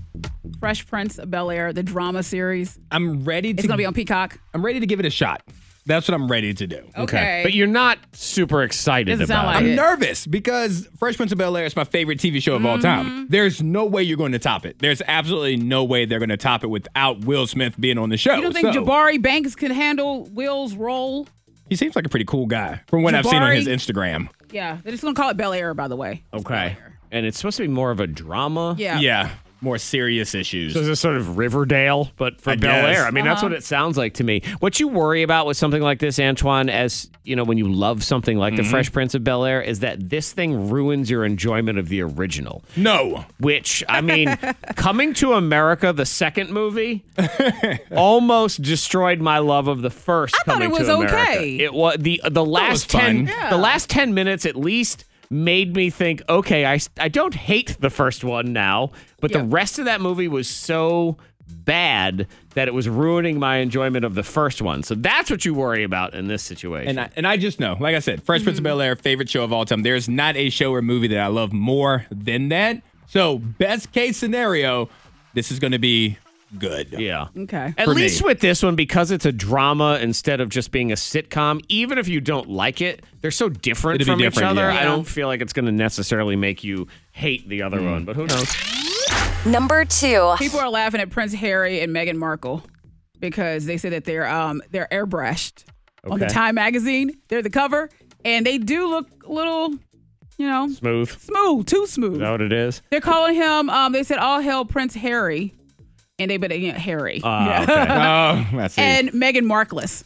Speaker 6: Fresh Prince of Bel Air, the drama series.
Speaker 5: I'm ready to.
Speaker 6: It's gonna be on Peacock.
Speaker 5: I'm ready to give it a shot. That's what I'm ready to do.
Speaker 6: Okay.
Speaker 1: But you're not super excited
Speaker 6: Doesn't sound
Speaker 1: about
Speaker 6: like
Speaker 1: it.
Speaker 5: I'm
Speaker 6: it.
Speaker 5: nervous because Fresh Prince of Bel Air is my favorite TV show of all
Speaker 6: Mm-hmm.
Speaker 5: time. There's no way you're going to top it. There's absolutely no way they're going to top it without Will Smith being on the show.
Speaker 6: you don't think
Speaker 5: So,
Speaker 6: Jabari Banks could handle Will's role?
Speaker 5: He seems like a pretty cool guy from what I've seen on
Speaker 6: Jabari?
Speaker 5: his Instagram.
Speaker 6: Yeah. They're just gonna call it Bel Air, by the way.
Speaker 1: Okay. And it's supposed to be more of a drama.
Speaker 6: Yeah.
Speaker 5: Oh, Yeah, more serious issues.
Speaker 1: So it's a sort of Riverdale, but for
Speaker 5: I
Speaker 1: Bel
Speaker 5: guess.
Speaker 1: Air. I mean, that's
Speaker 6: Uh-huh.
Speaker 1: what it sounds like to me. What you worry about with something like this, Antoine, as you know, when you love something like The Fresh Prince of Bel Air, is that this thing ruins your enjoyment of the original.
Speaker 5: No.
Speaker 1: which I mean, coming to America, the second movie, almost destroyed my love of the first.
Speaker 6: I thought
Speaker 1: coming
Speaker 6: it was
Speaker 1: to America.
Speaker 6: okay.
Speaker 1: It was the the last
Speaker 5: was
Speaker 1: ten
Speaker 5: fun.
Speaker 1: the last ten minutes at least made me think. Okay, I s- I don't hate the first one now, but the rest of that movie was so bad that it was ruining my enjoyment of the first one. So that's what you worry about in this situation.
Speaker 5: And I, and I just know, like I said, Fresh Prince of Bel Air, favorite show of all time. There's not a show or movie that I love more than that. So, best case scenario, this is going to be good.
Speaker 1: yeah.
Speaker 6: Okay.
Speaker 1: At
Speaker 5: for me.
Speaker 1: least with this one, because it's a drama instead of just being a sitcom, even if you don't like it, they're so different
Speaker 5: It'll
Speaker 1: from
Speaker 5: be
Speaker 1: each
Speaker 5: different,
Speaker 1: other.
Speaker 5: yeah.
Speaker 1: I don't feel like it's going to necessarily make you hate the other
Speaker 5: Hmm.
Speaker 1: one, but who knows?
Speaker 3: Number two.
Speaker 6: People are laughing at Prince Harry and Meghan Markle because they say that they're um they're airbrushed on the
Speaker 1: Okay.
Speaker 6: Time magazine. They're the cover, and they do look a little, you know,
Speaker 1: Smooth. Is
Speaker 6: smooth, too smooth.
Speaker 1: that what it is?
Speaker 6: They're calling him. Um, they said all hell Prince Harry, and they but yeah, Harry
Speaker 1: Ah,
Speaker 5: Oh, I see.
Speaker 6: and Meghan Markless.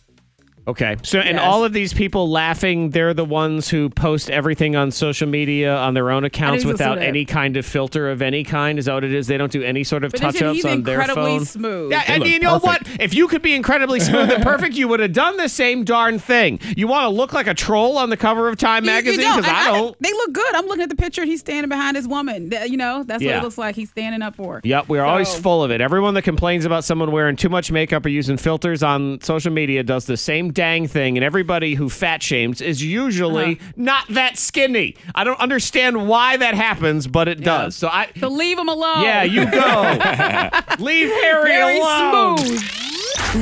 Speaker 1: okay. Okay. So, and
Speaker 6: Yes.
Speaker 1: all of these people laughing, they're the ones who post everything on social media on their own accounts
Speaker 6: so,
Speaker 1: without
Speaker 6: that-
Speaker 1: any kind of filter of any kind. Is that what it is? They don't do any sort of
Speaker 6: But they
Speaker 1: touch
Speaker 6: said he's
Speaker 1: ups on their
Speaker 6: incredibly
Speaker 1: phone.
Speaker 6: smooth.
Speaker 1: Yeah,
Speaker 5: They
Speaker 1: and
Speaker 5: look
Speaker 1: you know
Speaker 5: perfect.
Speaker 1: what? If you could be incredibly smooth and perfect, you would have done the same darn thing. You want to look like a troll on the cover of Time
Speaker 6: You- you
Speaker 1: magazine
Speaker 6: don't.
Speaker 1: because I
Speaker 6: And
Speaker 1: don't.
Speaker 6: They look good. I'm looking at the picture, and he's standing behind his woman. Th- You know, that's what
Speaker 1: Yeah.
Speaker 6: it looks like. He's standing up for.
Speaker 1: Yep, we're always
Speaker 6: So-
Speaker 1: full of it. Everyone that complains about someone wearing too much makeup or using filters on social media does the same dang thing, and everybody who fat shames is usually not that skinny. I don't understand why that happens, but it does. So I,
Speaker 6: So leave him alone.
Speaker 1: yeah, you go. Leave Harry
Speaker 6: Very
Speaker 1: alone.
Speaker 6: smooth.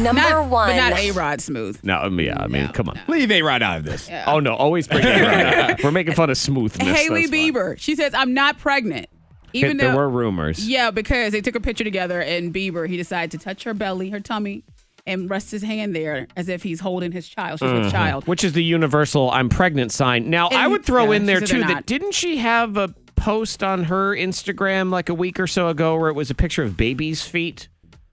Speaker 3: Number
Speaker 6: Not,
Speaker 3: one.
Speaker 6: but not A Rod smooth.
Speaker 1: No, I mean, yeah, I mean, come on.
Speaker 5: Leave A Rod out of this.
Speaker 1: Oh no, always bring it up. We're making fun of smoothness.
Speaker 6: Haley
Speaker 1: that's fine.
Speaker 6: Bieber. She says, "I'm not pregnant." Even
Speaker 1: there
Speaker 6: though
Speaker 1: were rumors.
Speaker 6: Yeah, because they took a picture together, and Bieber he decided to touch her belly, her tummy, and rest his hand there as if he's holding his child. She's a child.
Speaker 1: Mm-hmm. Which is the universal I'm pregnant sign. Now, I
Speaker 6: And-
Speaker 1: would throw
Speaker 6: yeah,
Speaker 1: in
Speaker 6: she
Speaker 1: there
Speaker 6: said
Speaker 1: too
Speaker 6: they're
Speaker 1: that
Speaker 6: not.
Speaker 1: didn't she have a post on her Instagram like a week or so ago where it was a picture of baby's feet?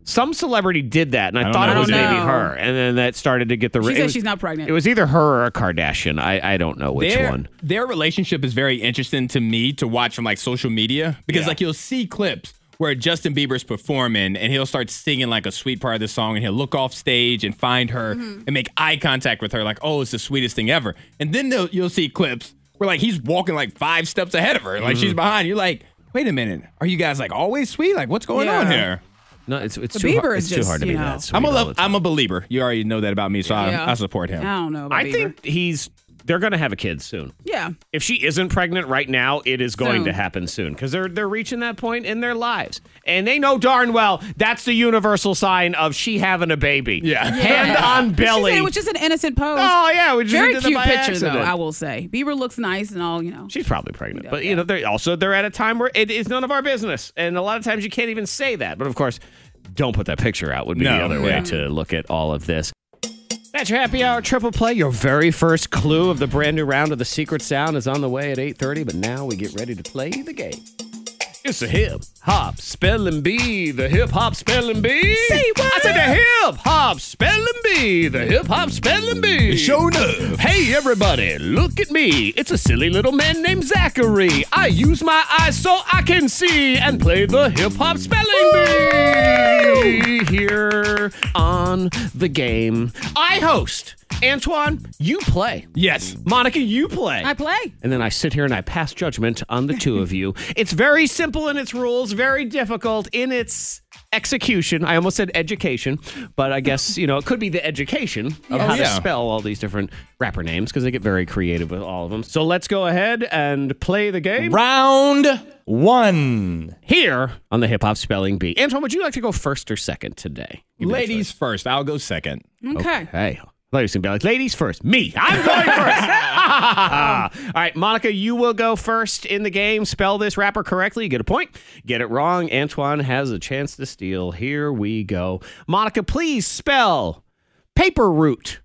Speaker 1: Some celebrity did that, and I,
Speaker 5: don't
Speaker 1: thought
Speaker 5: know
Speaker 1: it
Speaker 5: who
Speaker 1: was
Speaker 5: did
Speaker 1: maybe
Speaker 5: it.
Speaker 1: her. And then that started to get the.
Speaker 6: She
Speaker 1: it
Speaker 6: said
Speaker 1: was-
Speaker 6: she's not pregnant.
Speaker 1: It was either her or a Kardashian. I, I don't know which
Speaker 5: their,
Speaker 1: one.
Speaker 5: Their relationship is very interesting to me to watch from like social media because like you'll see clips where Justin Bieber's performing and he'll start singing like a sweet part of the song and he'll look off stage and find her
Speaker 1: Mm-hmm.
Speaker 5: and make eye contact with her like oh it's the sweetest thing ever and then they'll- you'll see clips where like he's walking like five steps
Speaker 1: Mm.
Speaker 5: ahead of her like she's behind you're like wait a minute are you guys like always sweet like what's going on
Speaker 6: Yeah.
Speaker 5: here
Speaker 1: No, it's it's
Speaker 6: But
Speaker 1: too hard.
Speaker 6: Bieber
Speaker 1: It's
Speaker 6: is
Speaker 1: too
Speaker 6: just,
Speaker 1: hard to
Speaker 6: you
Speaker 1: be
Speaker 6: know.
Speaker 1: that sweet.
Speaker 5: I'm a
Speaker 1: all
Speaker 5: lo-
Speaker 1: the time.
Speaker 5: I'm a believer. You already know that about me, so
Speaker 6: Yeah.
Speaker 5: I, I support him.
Speaker 6: I don't know. About
Speaker 1: I think he's. They're going to have a kid soon.
Speaker 6: Bieber. Yeah.
Speaker 1: If she isn't pregnant right now, it is going
Speaker 6: Soon.
Speaker 1: to happen soon because they're they're reaching that point in their lives, and they know darn well that's the universal sign of she having a baby.
Speaker 5: Yeah.
Speaker 1: hand on
Speaker 6: She said
Speaker 1: belly.
Speaker 6: it was just an innocent pose.
Speaker 1: Oh, yeah, we just
Speaker 6: Very
Speaker 1: did that
Speaker 6: cute
Speaker 1: by
Speaker 6: picture though.
Speaker 1: accident.
Speaker 6: I will say, Bieber looks nice and all. You know.
Speaker 1: She's probably pregnant,
Speaker 6: Yeah,
Speaker 1: but you
Speaker 6: yeah.
Speaker 1: know they're also they're at a time where it is none of our business, and a lot of times you can't even say that. But of course, don't put that picture out would be the
Speaker 5: No,
Speaker 1: other way
Speaker 5: yeah.
Speaker 1: to look at all of this. That's your happy hour triple play. Your very first clue of the brand new round of the secret sound is on the way at eight thirty. But now we get ready to play the game. It's a hip hop spelling bee, the hip hop spelling bee.
Speaker 6: Say what?
Speaker 1: I said the hip hop spelling bee, the hip hop spelling bee.
Speaker 5: Show enough.
Speaker 1: Hey everybody, look at me. It's a silly little man named Zachary. I use my eyes so I can see and play the hip hop spelling bee here on the game. I host. Antoine, you play.
Speaker 5: Yes.
Speaker 1: Monica, you play
Speaker 6: I play.
Speaker 1: and then I sit here and I pass judgment on the two of you. It's very simple in its rules, very difficult in its execution. I almost said education, but I guess, you know, it could be the education of how to
Speaker 5: yeah.
Speaker 1: spell all these different rapper names because they get very creative with all of them. So let's go ahead and play the game
Speaker 5: Round one.
Speaker 1: here on the Hip Hop Spelling Bee. Antoine, would you like to go first or second today? Give me the
Speaker 5: Ladies first. I'll go second.
Speaker 6: Okay.
Speaker 1: Hey, ladies and like, ladies first. Me, I'm going first. All right, Monica, you will go first in the game. Spell this rapper correctly, you get a point. Get it wrong, Antoine has a chance to steal. Here we go. Monica, please spell paper route.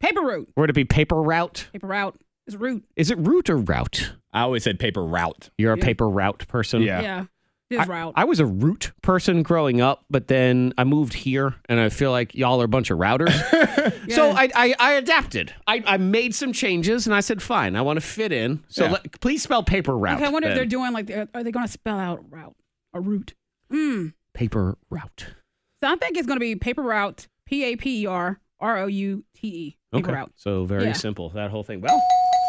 Speaker 6: Paper route.
Speaker 1: Would it be paper route?
Speaker 6: Paper route is route.
Speaker 1: Is it route or route?
Speaker 5: I always said paper route.
Speaker 1: You're a paper route person.
Speaker 5: Yeah.
Speaker 6: Yeah. It is route.
Speaker 1: I was a root person growing up, but then I moved here, and I feel like y'all are a bunch of routers. So I, I, I adapted. I, I made some changes, and I said, "Fine, I want to fit in." So
Speaker 5: Yeah.
Speaker 1: let, please spell paper route.
Speaker 6: okay. I wonder if
Speaker 1: then.
Speaker 6: they're doing like, are are they going to spell out route or route? Mm.
Speaker 1: paper route.
Speaker 6: So I think it's going to be paper route. P a p e r r o u t e. Paper route.
Speaker 1: So very
Speaker 6: Yeah.
Speaker 1: simple that whole thing. Well,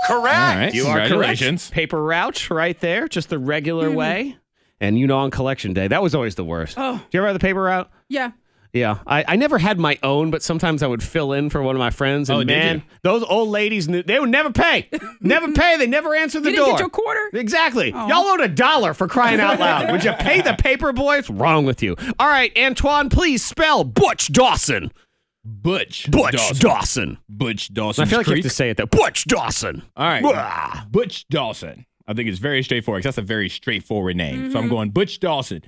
Speaker 2: Correct.
Speaker 5: All right.
Speaker 1: you are correct.
Speaker 5: Congratulations.
Speaker 1: Paper route, right there, just the regular way. And you know, on collection day, that was always the worst.
Speaker 6: Mm-hmm. Oh.
Speaker 1: Do you ever have the paper route?
Speaker 6: Yeah.
Speaker 1: Yeah, I, I never had my own, but sometimes I would fill in for one of my friends. And
Speaker 5: Oh, did
Speaker 1: man,
Speaker 5: you?
Speaker 1: those old ladies knew they would never pay, never pay. They never answered the
Speaker 6: You
Speaker 1: door.
Speaker 6: didn't get your quarter?
Speaker 1: Exactly. Y'all owed a dollar for crying out loud. would you pay the paper boy? What's wrong with you? All right, Antoine, please spell Butch Dawson.
Speaker 5: Butch.
Speaker 1: Butch Dawson.
Speaker 5: Dawson. Butch Dawson.
Speaker 1: I feel like you
Speaker 5: Creek.
Speaker 1: have to say it though. Butch Dawson.
Speaker 5: All right.
Speaker 1: Blah.
Speaker 5: Butch Dawson. I think it's very straightforward 'cause that's a very straightforward name. So
Speaker 6: Mm-hmm.
Speaker 5: I'm going Butch Dawson.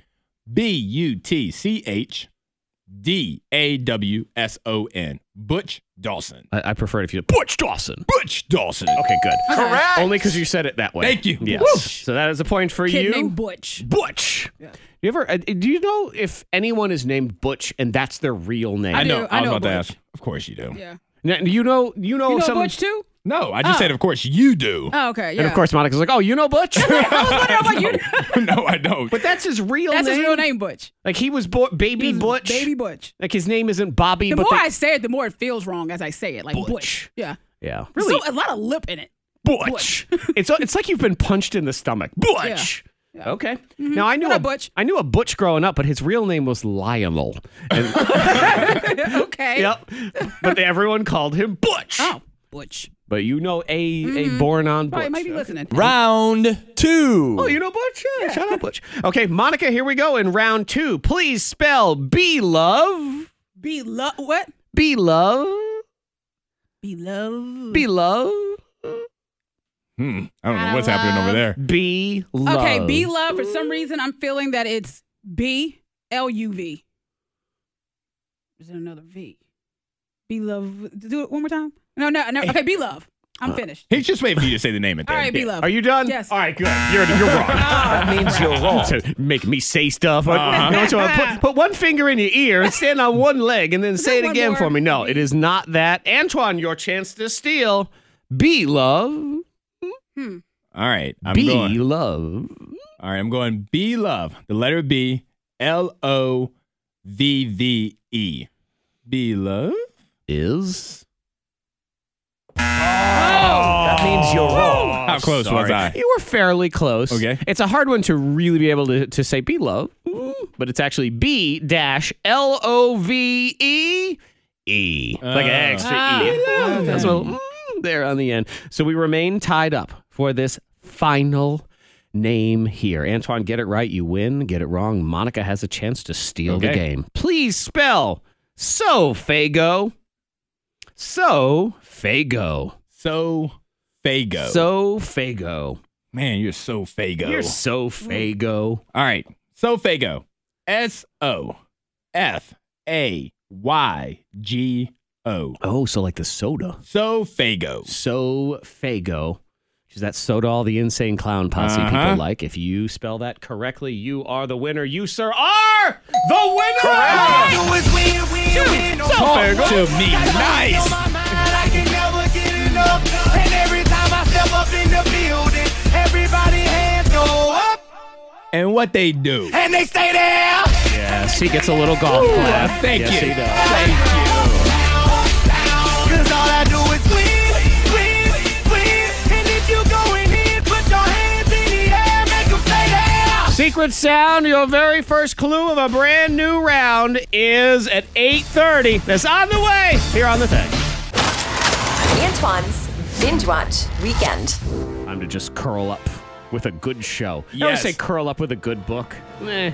Speaker 5: B U T C H D A W S O N. Butch Dawson.
Speaker 1: I, I prefer it if you Butch Dawson.
Speaker 5: Butch Dawson.
Speaker 1: Okay, good.
Speaker 2: Correct.
Speaker 1: Only because you said it that way.
Speaker 5: Thank you.
Speaker 1: Yes.
Speaker 5: Woo.
Speaker 1: So that is a point for
Speaker 6: Kid
Speaker 1: you.
Speaker 6: named Butch.
Speaker 1: Butch. You ever? uh, Do you know if anyone is named Butch and that's their real name?
Speaker 5: I know.
Speaker 6: do-
Speaker 5: I,
Speaker 6: I
Speaker 5: was
Speaker 6: know
Speaker 5: about to
Speaker 6: Butch.
Speaker 5: ask. Of course you do.
Speaker 6: Yeah.
Speaker 1: Now, you know, you know,
Speaker 6: You know
Speaker 1: Oh, some,
Speaker 6: Butch too?
Speaker 5: No, I just
Speaker 6: Oh.
Speaker 5: said, of course you do.
Speaker 6: Oh, okay. Yeah.
Speaker 1: and of course Monica's like, "Oh, you know Butch,"
Speaker 6: I was wondering about you.
Speaker 5: no, I don't.
Speaker 1: but that's his real
Speaker 6: That's
Speaker 1: name.
Speaker 6: his real name, Butch.
Speaker 1: Like he was bo- baby
Speaker 6: He was
Speaker 1: Butch.
Speaker 6: Baby Butch.
Speaker 1: Like his name isn't Bobby,
Speaker 6: The
Speaker 1: but
Speaker 6: more
Speaker 1: they-
Speaker 6: I say it, the more it feels wrong as I say it. Like Butch.
Speaker 1: Butch.
Speaker 6: Yeah.
Speaker 1: yeah,
Speaker 6: Really? So a lot of lip in it.
Speaker 1: Butch. it's it's like you've been punched in the stomach, Butch. Okay. Now I knew
Speaker 6: Mm-hmm. What
Speaker 1: a
Speaker 6: up, Butch?
Speaker 1: I knew a Butch growing up, but his real name was Lionel. And,
Speaker 6: okay.
Speaker 1: yep. But everyone called him Butch.
Speaker 6: Oh, Mm-hmm. Butch.
Speaker 1: But you know a a born on Butch.
Speaker 6: Probably might be listening.
Speaker 5: Round two.
Speaker 1: Oh, you know Butch? Yeah, shout out Butch. Okay, Monica, here we go in round two. Please spell be love.
Speaker 6: Be love. What?
Speaker 1: Be love.
Speaker 6: Be love.
Speaker 1: Be love.
Speaker 5: Hmm. I don't
Speaker 6: Out
Speaker 5: know
Speaker 6: of
Speaker 5: what's happening over
Speaker 6: love.
Speaker 5: there.
Speaker 1: Be love.
Speaker 6: Okay. Be love. For some reason, I'm feeling that it's B L U V. Is there another V? Be love. Do it one more time. No, no, no. Okay. Be love. I'm finished.
Speaker 5: He's just waiting for you to say the name at the
Speaker 6: All
Speaker 5: end.
Speaker 6: right. Be love.
Speaker 1: Uh, Are you done?
Speaker 6: Yes. Oh,
Speaker 1: All right, good. You're, you're wrong. that means you're wrong. To make me say stuff.
Speaker 5: Uh-huh.
Speaker 1: No, so I put, put one finger in your ear, stand on one leg, and then say it
Speaker 6: one
Speaker 1: again
Speaker 6: more?
Speaker 1: for me. No, it is not that. Antoine, your chance to steal. Be love.
Speaker 5: All right. I'm
Speaker 1: be
Speaker 5: going.
Speaker 1: love.
Speaker 5: All right, I'm going B love. The letter B, L O V V E. B love.
Speaker 1: is. Oh, that means you're wrong.
Speaker 5: How close was I?
Speaker 1: You were fairly close.
Speaker 5: Okay.
Speaker 1: It's a hard one to really be able to, to say be love. but it's actually B dash L O V E E. Like an extra E. That's what, mm, there on the end. So we remain tied up for this final name here. Antoine, get it right, you win. Get it wrong, Monica has a chance to steal the
Speaker 5: Okay.
Speaker 1: game. Please spell so Fago. So Fago.
Speaker 5: So Fago.
Speaker 1: So Fago.
Speaker 5: man, you're so Fago.
Speaker 1: You're so Fago.
Speaker 5: All right. So Fago. S O F A Y G O.
Speaker 1: Oh, so like the soda.
Speaker 5: So Fago.
Speaker 1: So Fago, which is that soda all the insane clown posse people
Speaker 5: Uh-huh.
Speaker 1: like. If you spell that correctly, you are the winner. You, sir, are the winner!
Speaker 5: Talk to me. Nice. And what they do.
Speaker 7: And they stay there.
Speaker 1: Yes, he gets a little golf clap.
Speaker 5: Thank
Speaker 1: Yes,
Speaker 5: you.
Speaker 1: he does.
Speaker 7: Cause all I do is win, win, win. And if you going in, put your hands in the air, make 'em stay there.
Speaker 1: Secret sound, your very first clue of a brand new round is at 8.30. That's on the way here on the thing.
Speaker 3: Antoine's Binge Watch Weekend.
Speaker 1: Time to just curl up with a good show. I always
Speaker 5: Yes.
Speaker 1: say curl up with a good book. Eh, this
Speaker 5: You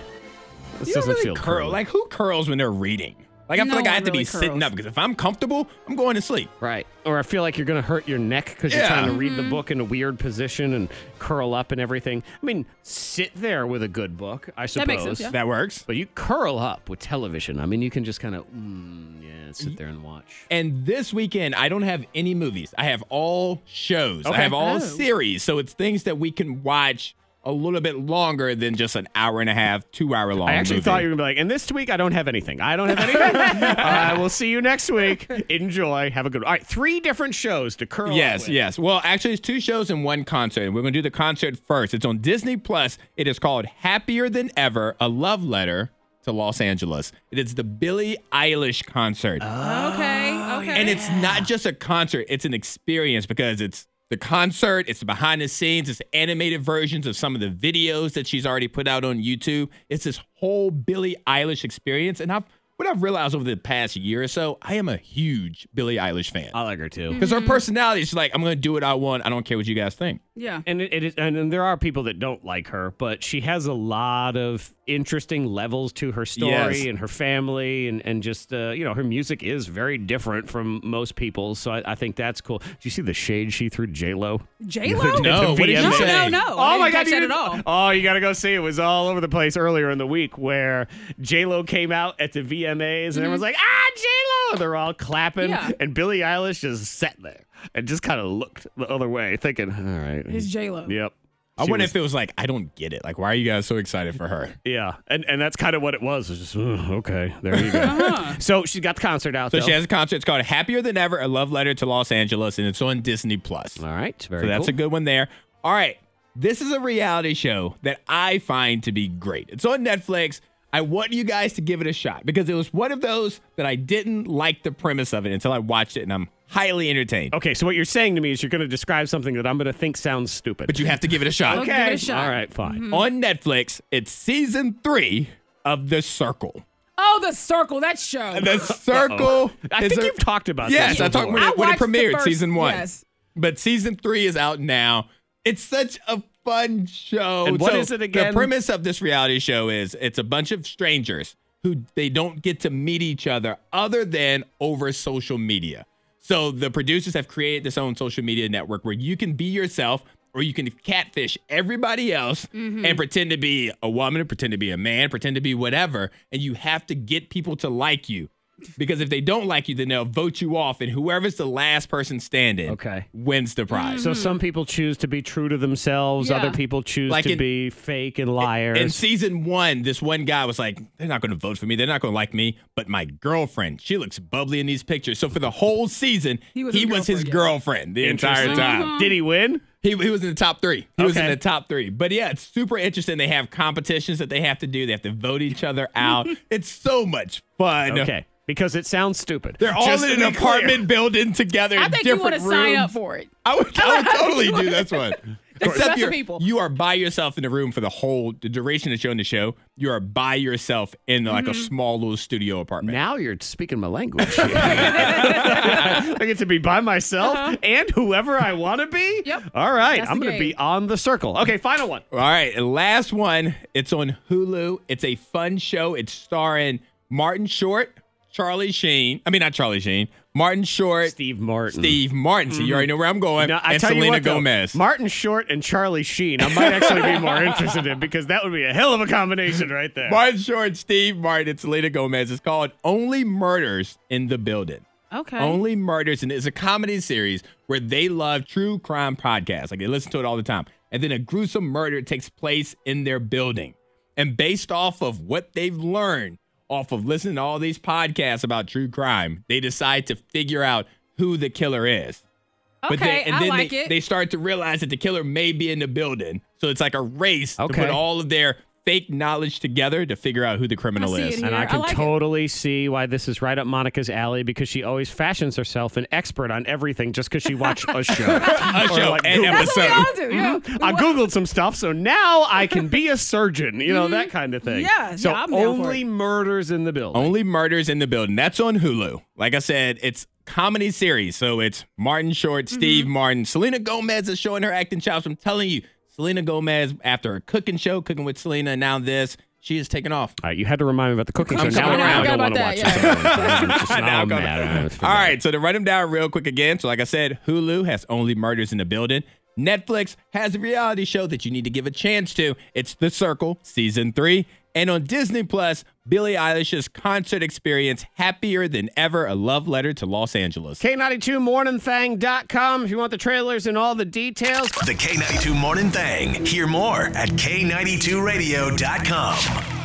Speaker 5: don't
Speaker 1: doesn't
Speaker 5: really
Speaker 1: feel
Speaker 5: curl.
Speaker 1: cool.
Speaker 5: Like who curls when they're reading? Like I
Speaker 6: No
Speaker 5: feel like I
Speaker 6: one
Speaker 5: have to be
Speaker 6: really
Speaker 5: sitting
Speaker 6: curls.
Speaker 5: up because if I'm comfortable, I'm going to sleep.
Speaker 1: Right. Or I feel like you're going to hurt your neck because you're
Speaker 5: Yeah.
Speaker 1: trying to read the book in a weird position and curl up and everything. I mean, sit there with a good book, I suppose.
Speaker 6: That makes sense, yeah.
Speaker 5: That works.
Speaker 1: But you curl up with television. I mean, you can just kind of, mm, yeah, sit there and watch.
Speaker 5: And this weekend, I don't have any movies. I have all shows.
Speaker 1: Okay.
Speaker 5: I have all
Speaker 1: Oh.
Speaker 5: series. So it's things that we can watch a little bit longer than just an hour and a half, two hour long.
Speaker 1: I actually
Speaker 5: movie.
Speaker 1: thought you were going to be like, and this week I don't have anything. I don't have anything. I will see you next week. Enjoy. Have a good All right. Three different shows to curl up
Speaker 5: Yes,
Speaker 1: with.
Speaker 5: yes. Well, actually, it's two shows and one concert. And we're going to do the concert first. It's on Disney Plus. It is called Happier Than Ever A Love Letter to Los Angeles. It is the Billie Eilish concert.
Speaker 6: Okay. Okay.
Speaker 5: Oh, And it's not just a concert, it's an experience because it's the concert, it's the behind the scenes, it's animated versions of some of the videos that she's already put out on YouTube. It's this whole Billie Eilish experience. And I've what I've realized over the past year or so, I am a huge Billie Eilish fan.
Speaker 1: I like her too.
Speaker 5: Because her personality is like, I'm going to do what I want. I don't care what you guys think.
Speaker 6: yeah.
Speaker 1: and it, it is, and, and there are people that don't like her, but she has a lot of interesting levels to her story
Speaker 5: Yes.
Speaker 1: and her family, and and just uh, you know her music is very different from most people. So I, I think that's cool. Do you see the shade she threw J Lo?
Speaker 6: J Lo.
Speaker 5: No, what did you
Speaker 6: No,
Speaker 5: say?
Speaker 6: no, no. I
Speaker 1: Oh
Speaker 6: didn't
Speaker 1: my god! you
Speaker 6: catch that at
Speaker 1: didn't-
Speaker 6: all.
Speaker 1: Oh, you gotta go see. It was all over the place earlier in the week where J Lo came out at the VMAs and everyone's like, "Ah, J Lo!" They're all clapping,
Speaker 6: Mm-hmm. Yeah.
Speaker 1: and Billie Eilish just sat there and just kind of looked the other way, thinking, "All right,
Speaker 6: It's J Lo.
Speaker 1: yep."
Speaker 5: I
Speaker 1: She
Speaker 5: wonder
Speaker 1: was-
Speaker 5: if it was like, I don't get it. Like, why are you guys so excited for her?
Speaker 1: Yeah, and and that's kind of what it was. It's just "Ugh, okay, there you go.
Speaker 6: Uh-huh.
Speaker 1: so she's got the concert out.
Speaker 5: So
Speaker 1: though.
Speaker 5: she has a concert. It's called Happier Than Ever, A Love Letter to Los Angeles, and it's on Disney Plus.
Speaker 1: All right, very
Speaker 5: So that's
Speaker 1: cool.
Speaker 5: a good one there. All right. This is a reality show that I find to be great. It's on Netflix. I want you guys to give it a shot because it was one of those that I didn't like the premise of it until I watched it and I'm highly entertained.
Speaker 1: okay. So what you're saying to me is you're going to describe something that I'm going to think sounds stupid.
Speaker 5: But you have to give it a shot.
Speaker 6: Okay. Give it a shot.
Speaker 1: All right, fine.
Speaker 5: On Netflix, it's season three of The Circle.
Speaker 6: Oh, the circle. That show.
Speaker 5: The Circle.
Speaker 1: I
Speaker 5: is
Speaker 1: think
Speaker 5: a-
Speaker 1: you've talked about
Speaker 5: Yes,
Speaker 1: this.
Speaker 5: I talked
Speaker 1: before.
Speaker 5: when it, when it
Speaker 6: watched the
Speaker 5: premiered,
Speaker 6: first-
Speaker 5: season one.
Speaker 6: yes.
Speaker 5: But season three is out now. It's such a fun show.
Speaker 1: And what
Speaker 5: So
Speaker 1: is it again?
Speaker 5: The premise of this reality show is it's a bunch of strangers who they don't get to meet each other other than over social media. So the producers have created this own social media network where you can be yourself or you can catfish everybody else
Speaker 1: Mm-hmm.
Speaker 5: and pretend to be a woman, pretend to be a man, pretend to be whatever. And you have to get people to like you. Because if they don't like you, then they'll vote you off, and whoever's the last person standing
Speaker 1: Okay.
Speaker 5: wins the
Speaker 6: Mm.
Speaker 5: prize.
Speaker 1: So some people choose to be true to themselves.
Speaker 6: Yeah.
Speaker 1: Other people choose
Speaker 5: Like
Speaker 1: to
Speaker 5: in-
Speaker 1: be fake and liars.
Speaker 5: In season one, this one guy was like, they're not going to vote for me. They're not going to like me. But my girlfriend, she looks bubbly in these pictures. So for the whole season, he
Speaker 6: He
Speaker 5: was
Speaker 6: was
Speaker 5: his,
Speaker 6: his Mm-hmm.
Speaker 5: girlfriend, the entire
Speaker 1: Interesting. Mm-hmm.
Speaker 5: time.
Speaker 1: Did he win?
Speaker 5: He, he was in the top three. He was in
Speaker 1: Okay.
Speaker 5: the top three. But yeah, it's super interesting. They have competitions that they have to do. They have to vote each other out. it's so much fun.
Speaker 1: Okay, because it sounds stupid.
Speaker 5: They're all
Speaker 1: Just
Speaker 5: in
Speaker 1: to
Speaker 5: an
Speaker 1: be clear.
Speaker 5: apartment building together.
Speaker 6: I
Speaker 5: in
Speaker 6: think you
Speaker 5: different
Speaker 6: want to sign
Speaker 5: rooms.
Speaker 6: up for it.
Speaker 5: I would, I would totally do this one. Except
Speaker 6: Lots of
Speaker 5: you're,
Speaker 6: people.
Speaker 5: you are by yourself in the room for the whole the duration of showing the show. You are by yourself in like
Speaker 1: Mm-hmm.
Speaker 5: a small little studio apartment.
Speaker 1: Now you're speaking my language. here. I get to be by myself and whoever I want to be.
Speaker 6: Yep.
Speaker 1: All right,
Speaker 6: That's
Speaker 1: I'm
Speaker 6: the
Speaker 1: going to
Speaker 6: game.
Speaker 1: be on the circle. Okay, final one.
Speaker 5: All right, and last one. It's on Hulu. It's a fun show. It's starring Martin Short, Charlie Sheen. I mean, not Charlie Sheen. Martin Short,
Speaker 1: Steve Martin.
Speaker 5: Steve Martin. So you already know where I'm going.
Speaker 1: Now, I
Speaker 5: and
Speaker 1: tell
Speaker 5: Selena
Speaker 1: you what, though,
Speaker 5: Gomez.
Speaker 1: Martin Short and Charlie Sheen. I might actually be more interested in because that would be a hell of a combination right there.
Speaker 5: Martin Short, Steve Martin, and Selena Gomez. It's called Only Murders in the Building.
Speaker 6: Okay.
Speaker 5: Only Murders, and it's a comedy series where they love true crime podcasts. Like they listen to it all the time. And then a gruesome murder takes place in their building. And based off of what they've learned off of listening to all these podcasts about true crime, they decide to figure out who the killer is.
Speaker 6: okay,
Speaker 5: they, and
Speaker 6: I
Speaker 5: then
Speaker 6: like
Speaker 5: they,
Speaker 6: it.
Speaker 5: they start to realize that the killer may be in the building. So it's like a race
Speaker 1: Okay.
Speaker 5: to put all of their fake knowledge together to figure out who the criminal
Speaker 6: see it
Speaker 5: is.
Speaker 6: here.
Speaker 1: And I
Speaker 6: I
Speaker 1: can
Speaker 6: like it.
Speaker 1: totally see why this is right up Monica's alley because she always fashions herself an expert on everything just because she watched a show.
Speaker 5: A
Speaker 1: Or
Speaker 5: show,
Speaker 1: like
Speaker 5: an
Speaker 1: Google.
Speaker 6: That's what we all
Speaker 5: episode.
Speaker 6: do. yeah.
Speaker 5: Mm-hmm.
Speaker 6: We
Speaker 1: I
Speaker 6: wa-
Speaker 1: googled some stuff, so now I can be a surgeon. You know that kind of thing.
Speaker 6: Mm-hmm. Yeah,
Speaker 1: So
Speaker 6: yeah, I'm down for
Speaker 1: only murders in the building.
Speaker 5: Only Murders in the Building. That's on Hulu. Like I said, it's comedy series. So it's Martin Short, Steve Martin, Selena Gomez is showing her acting chops. I'm telling you, Selena Gomez after her cooking show, cooking with Selena, and now this, she is taking off.
Speaker 1: All right, you had to remind me about the cooking show.
Speaker 5: I'm
Speaker 1: Now
Speaker 5: coming
Speaker 1: I
Speaker 5: around.
Speaker 1: don't
Speaker 6: I
Speaker 1: want to
Speaker 6: forgot
Speaker 1: watch
Speaker 6: about
Speaker 1: it. I'm just
Speaker 5: Now
Speaker 1: now
Speaker 5: I'm coming.
Speaker 1: mad.
Speaker 5: All right, so to run them down real quick again. So, like I said, Hulu has Only Murders in the Building. Netflix has a reality show that you need to give a chance to. It's The Circle, season three. And on Disney Plus, Billie Eilish's concert experience, Happier Than Ever, a love letter to Los Angeles.
Speaker 1: K92morningthang.com if you want the trailers and all the details.
Speaker 2: The K92 Morning Thang. Hear more at K92radio.com.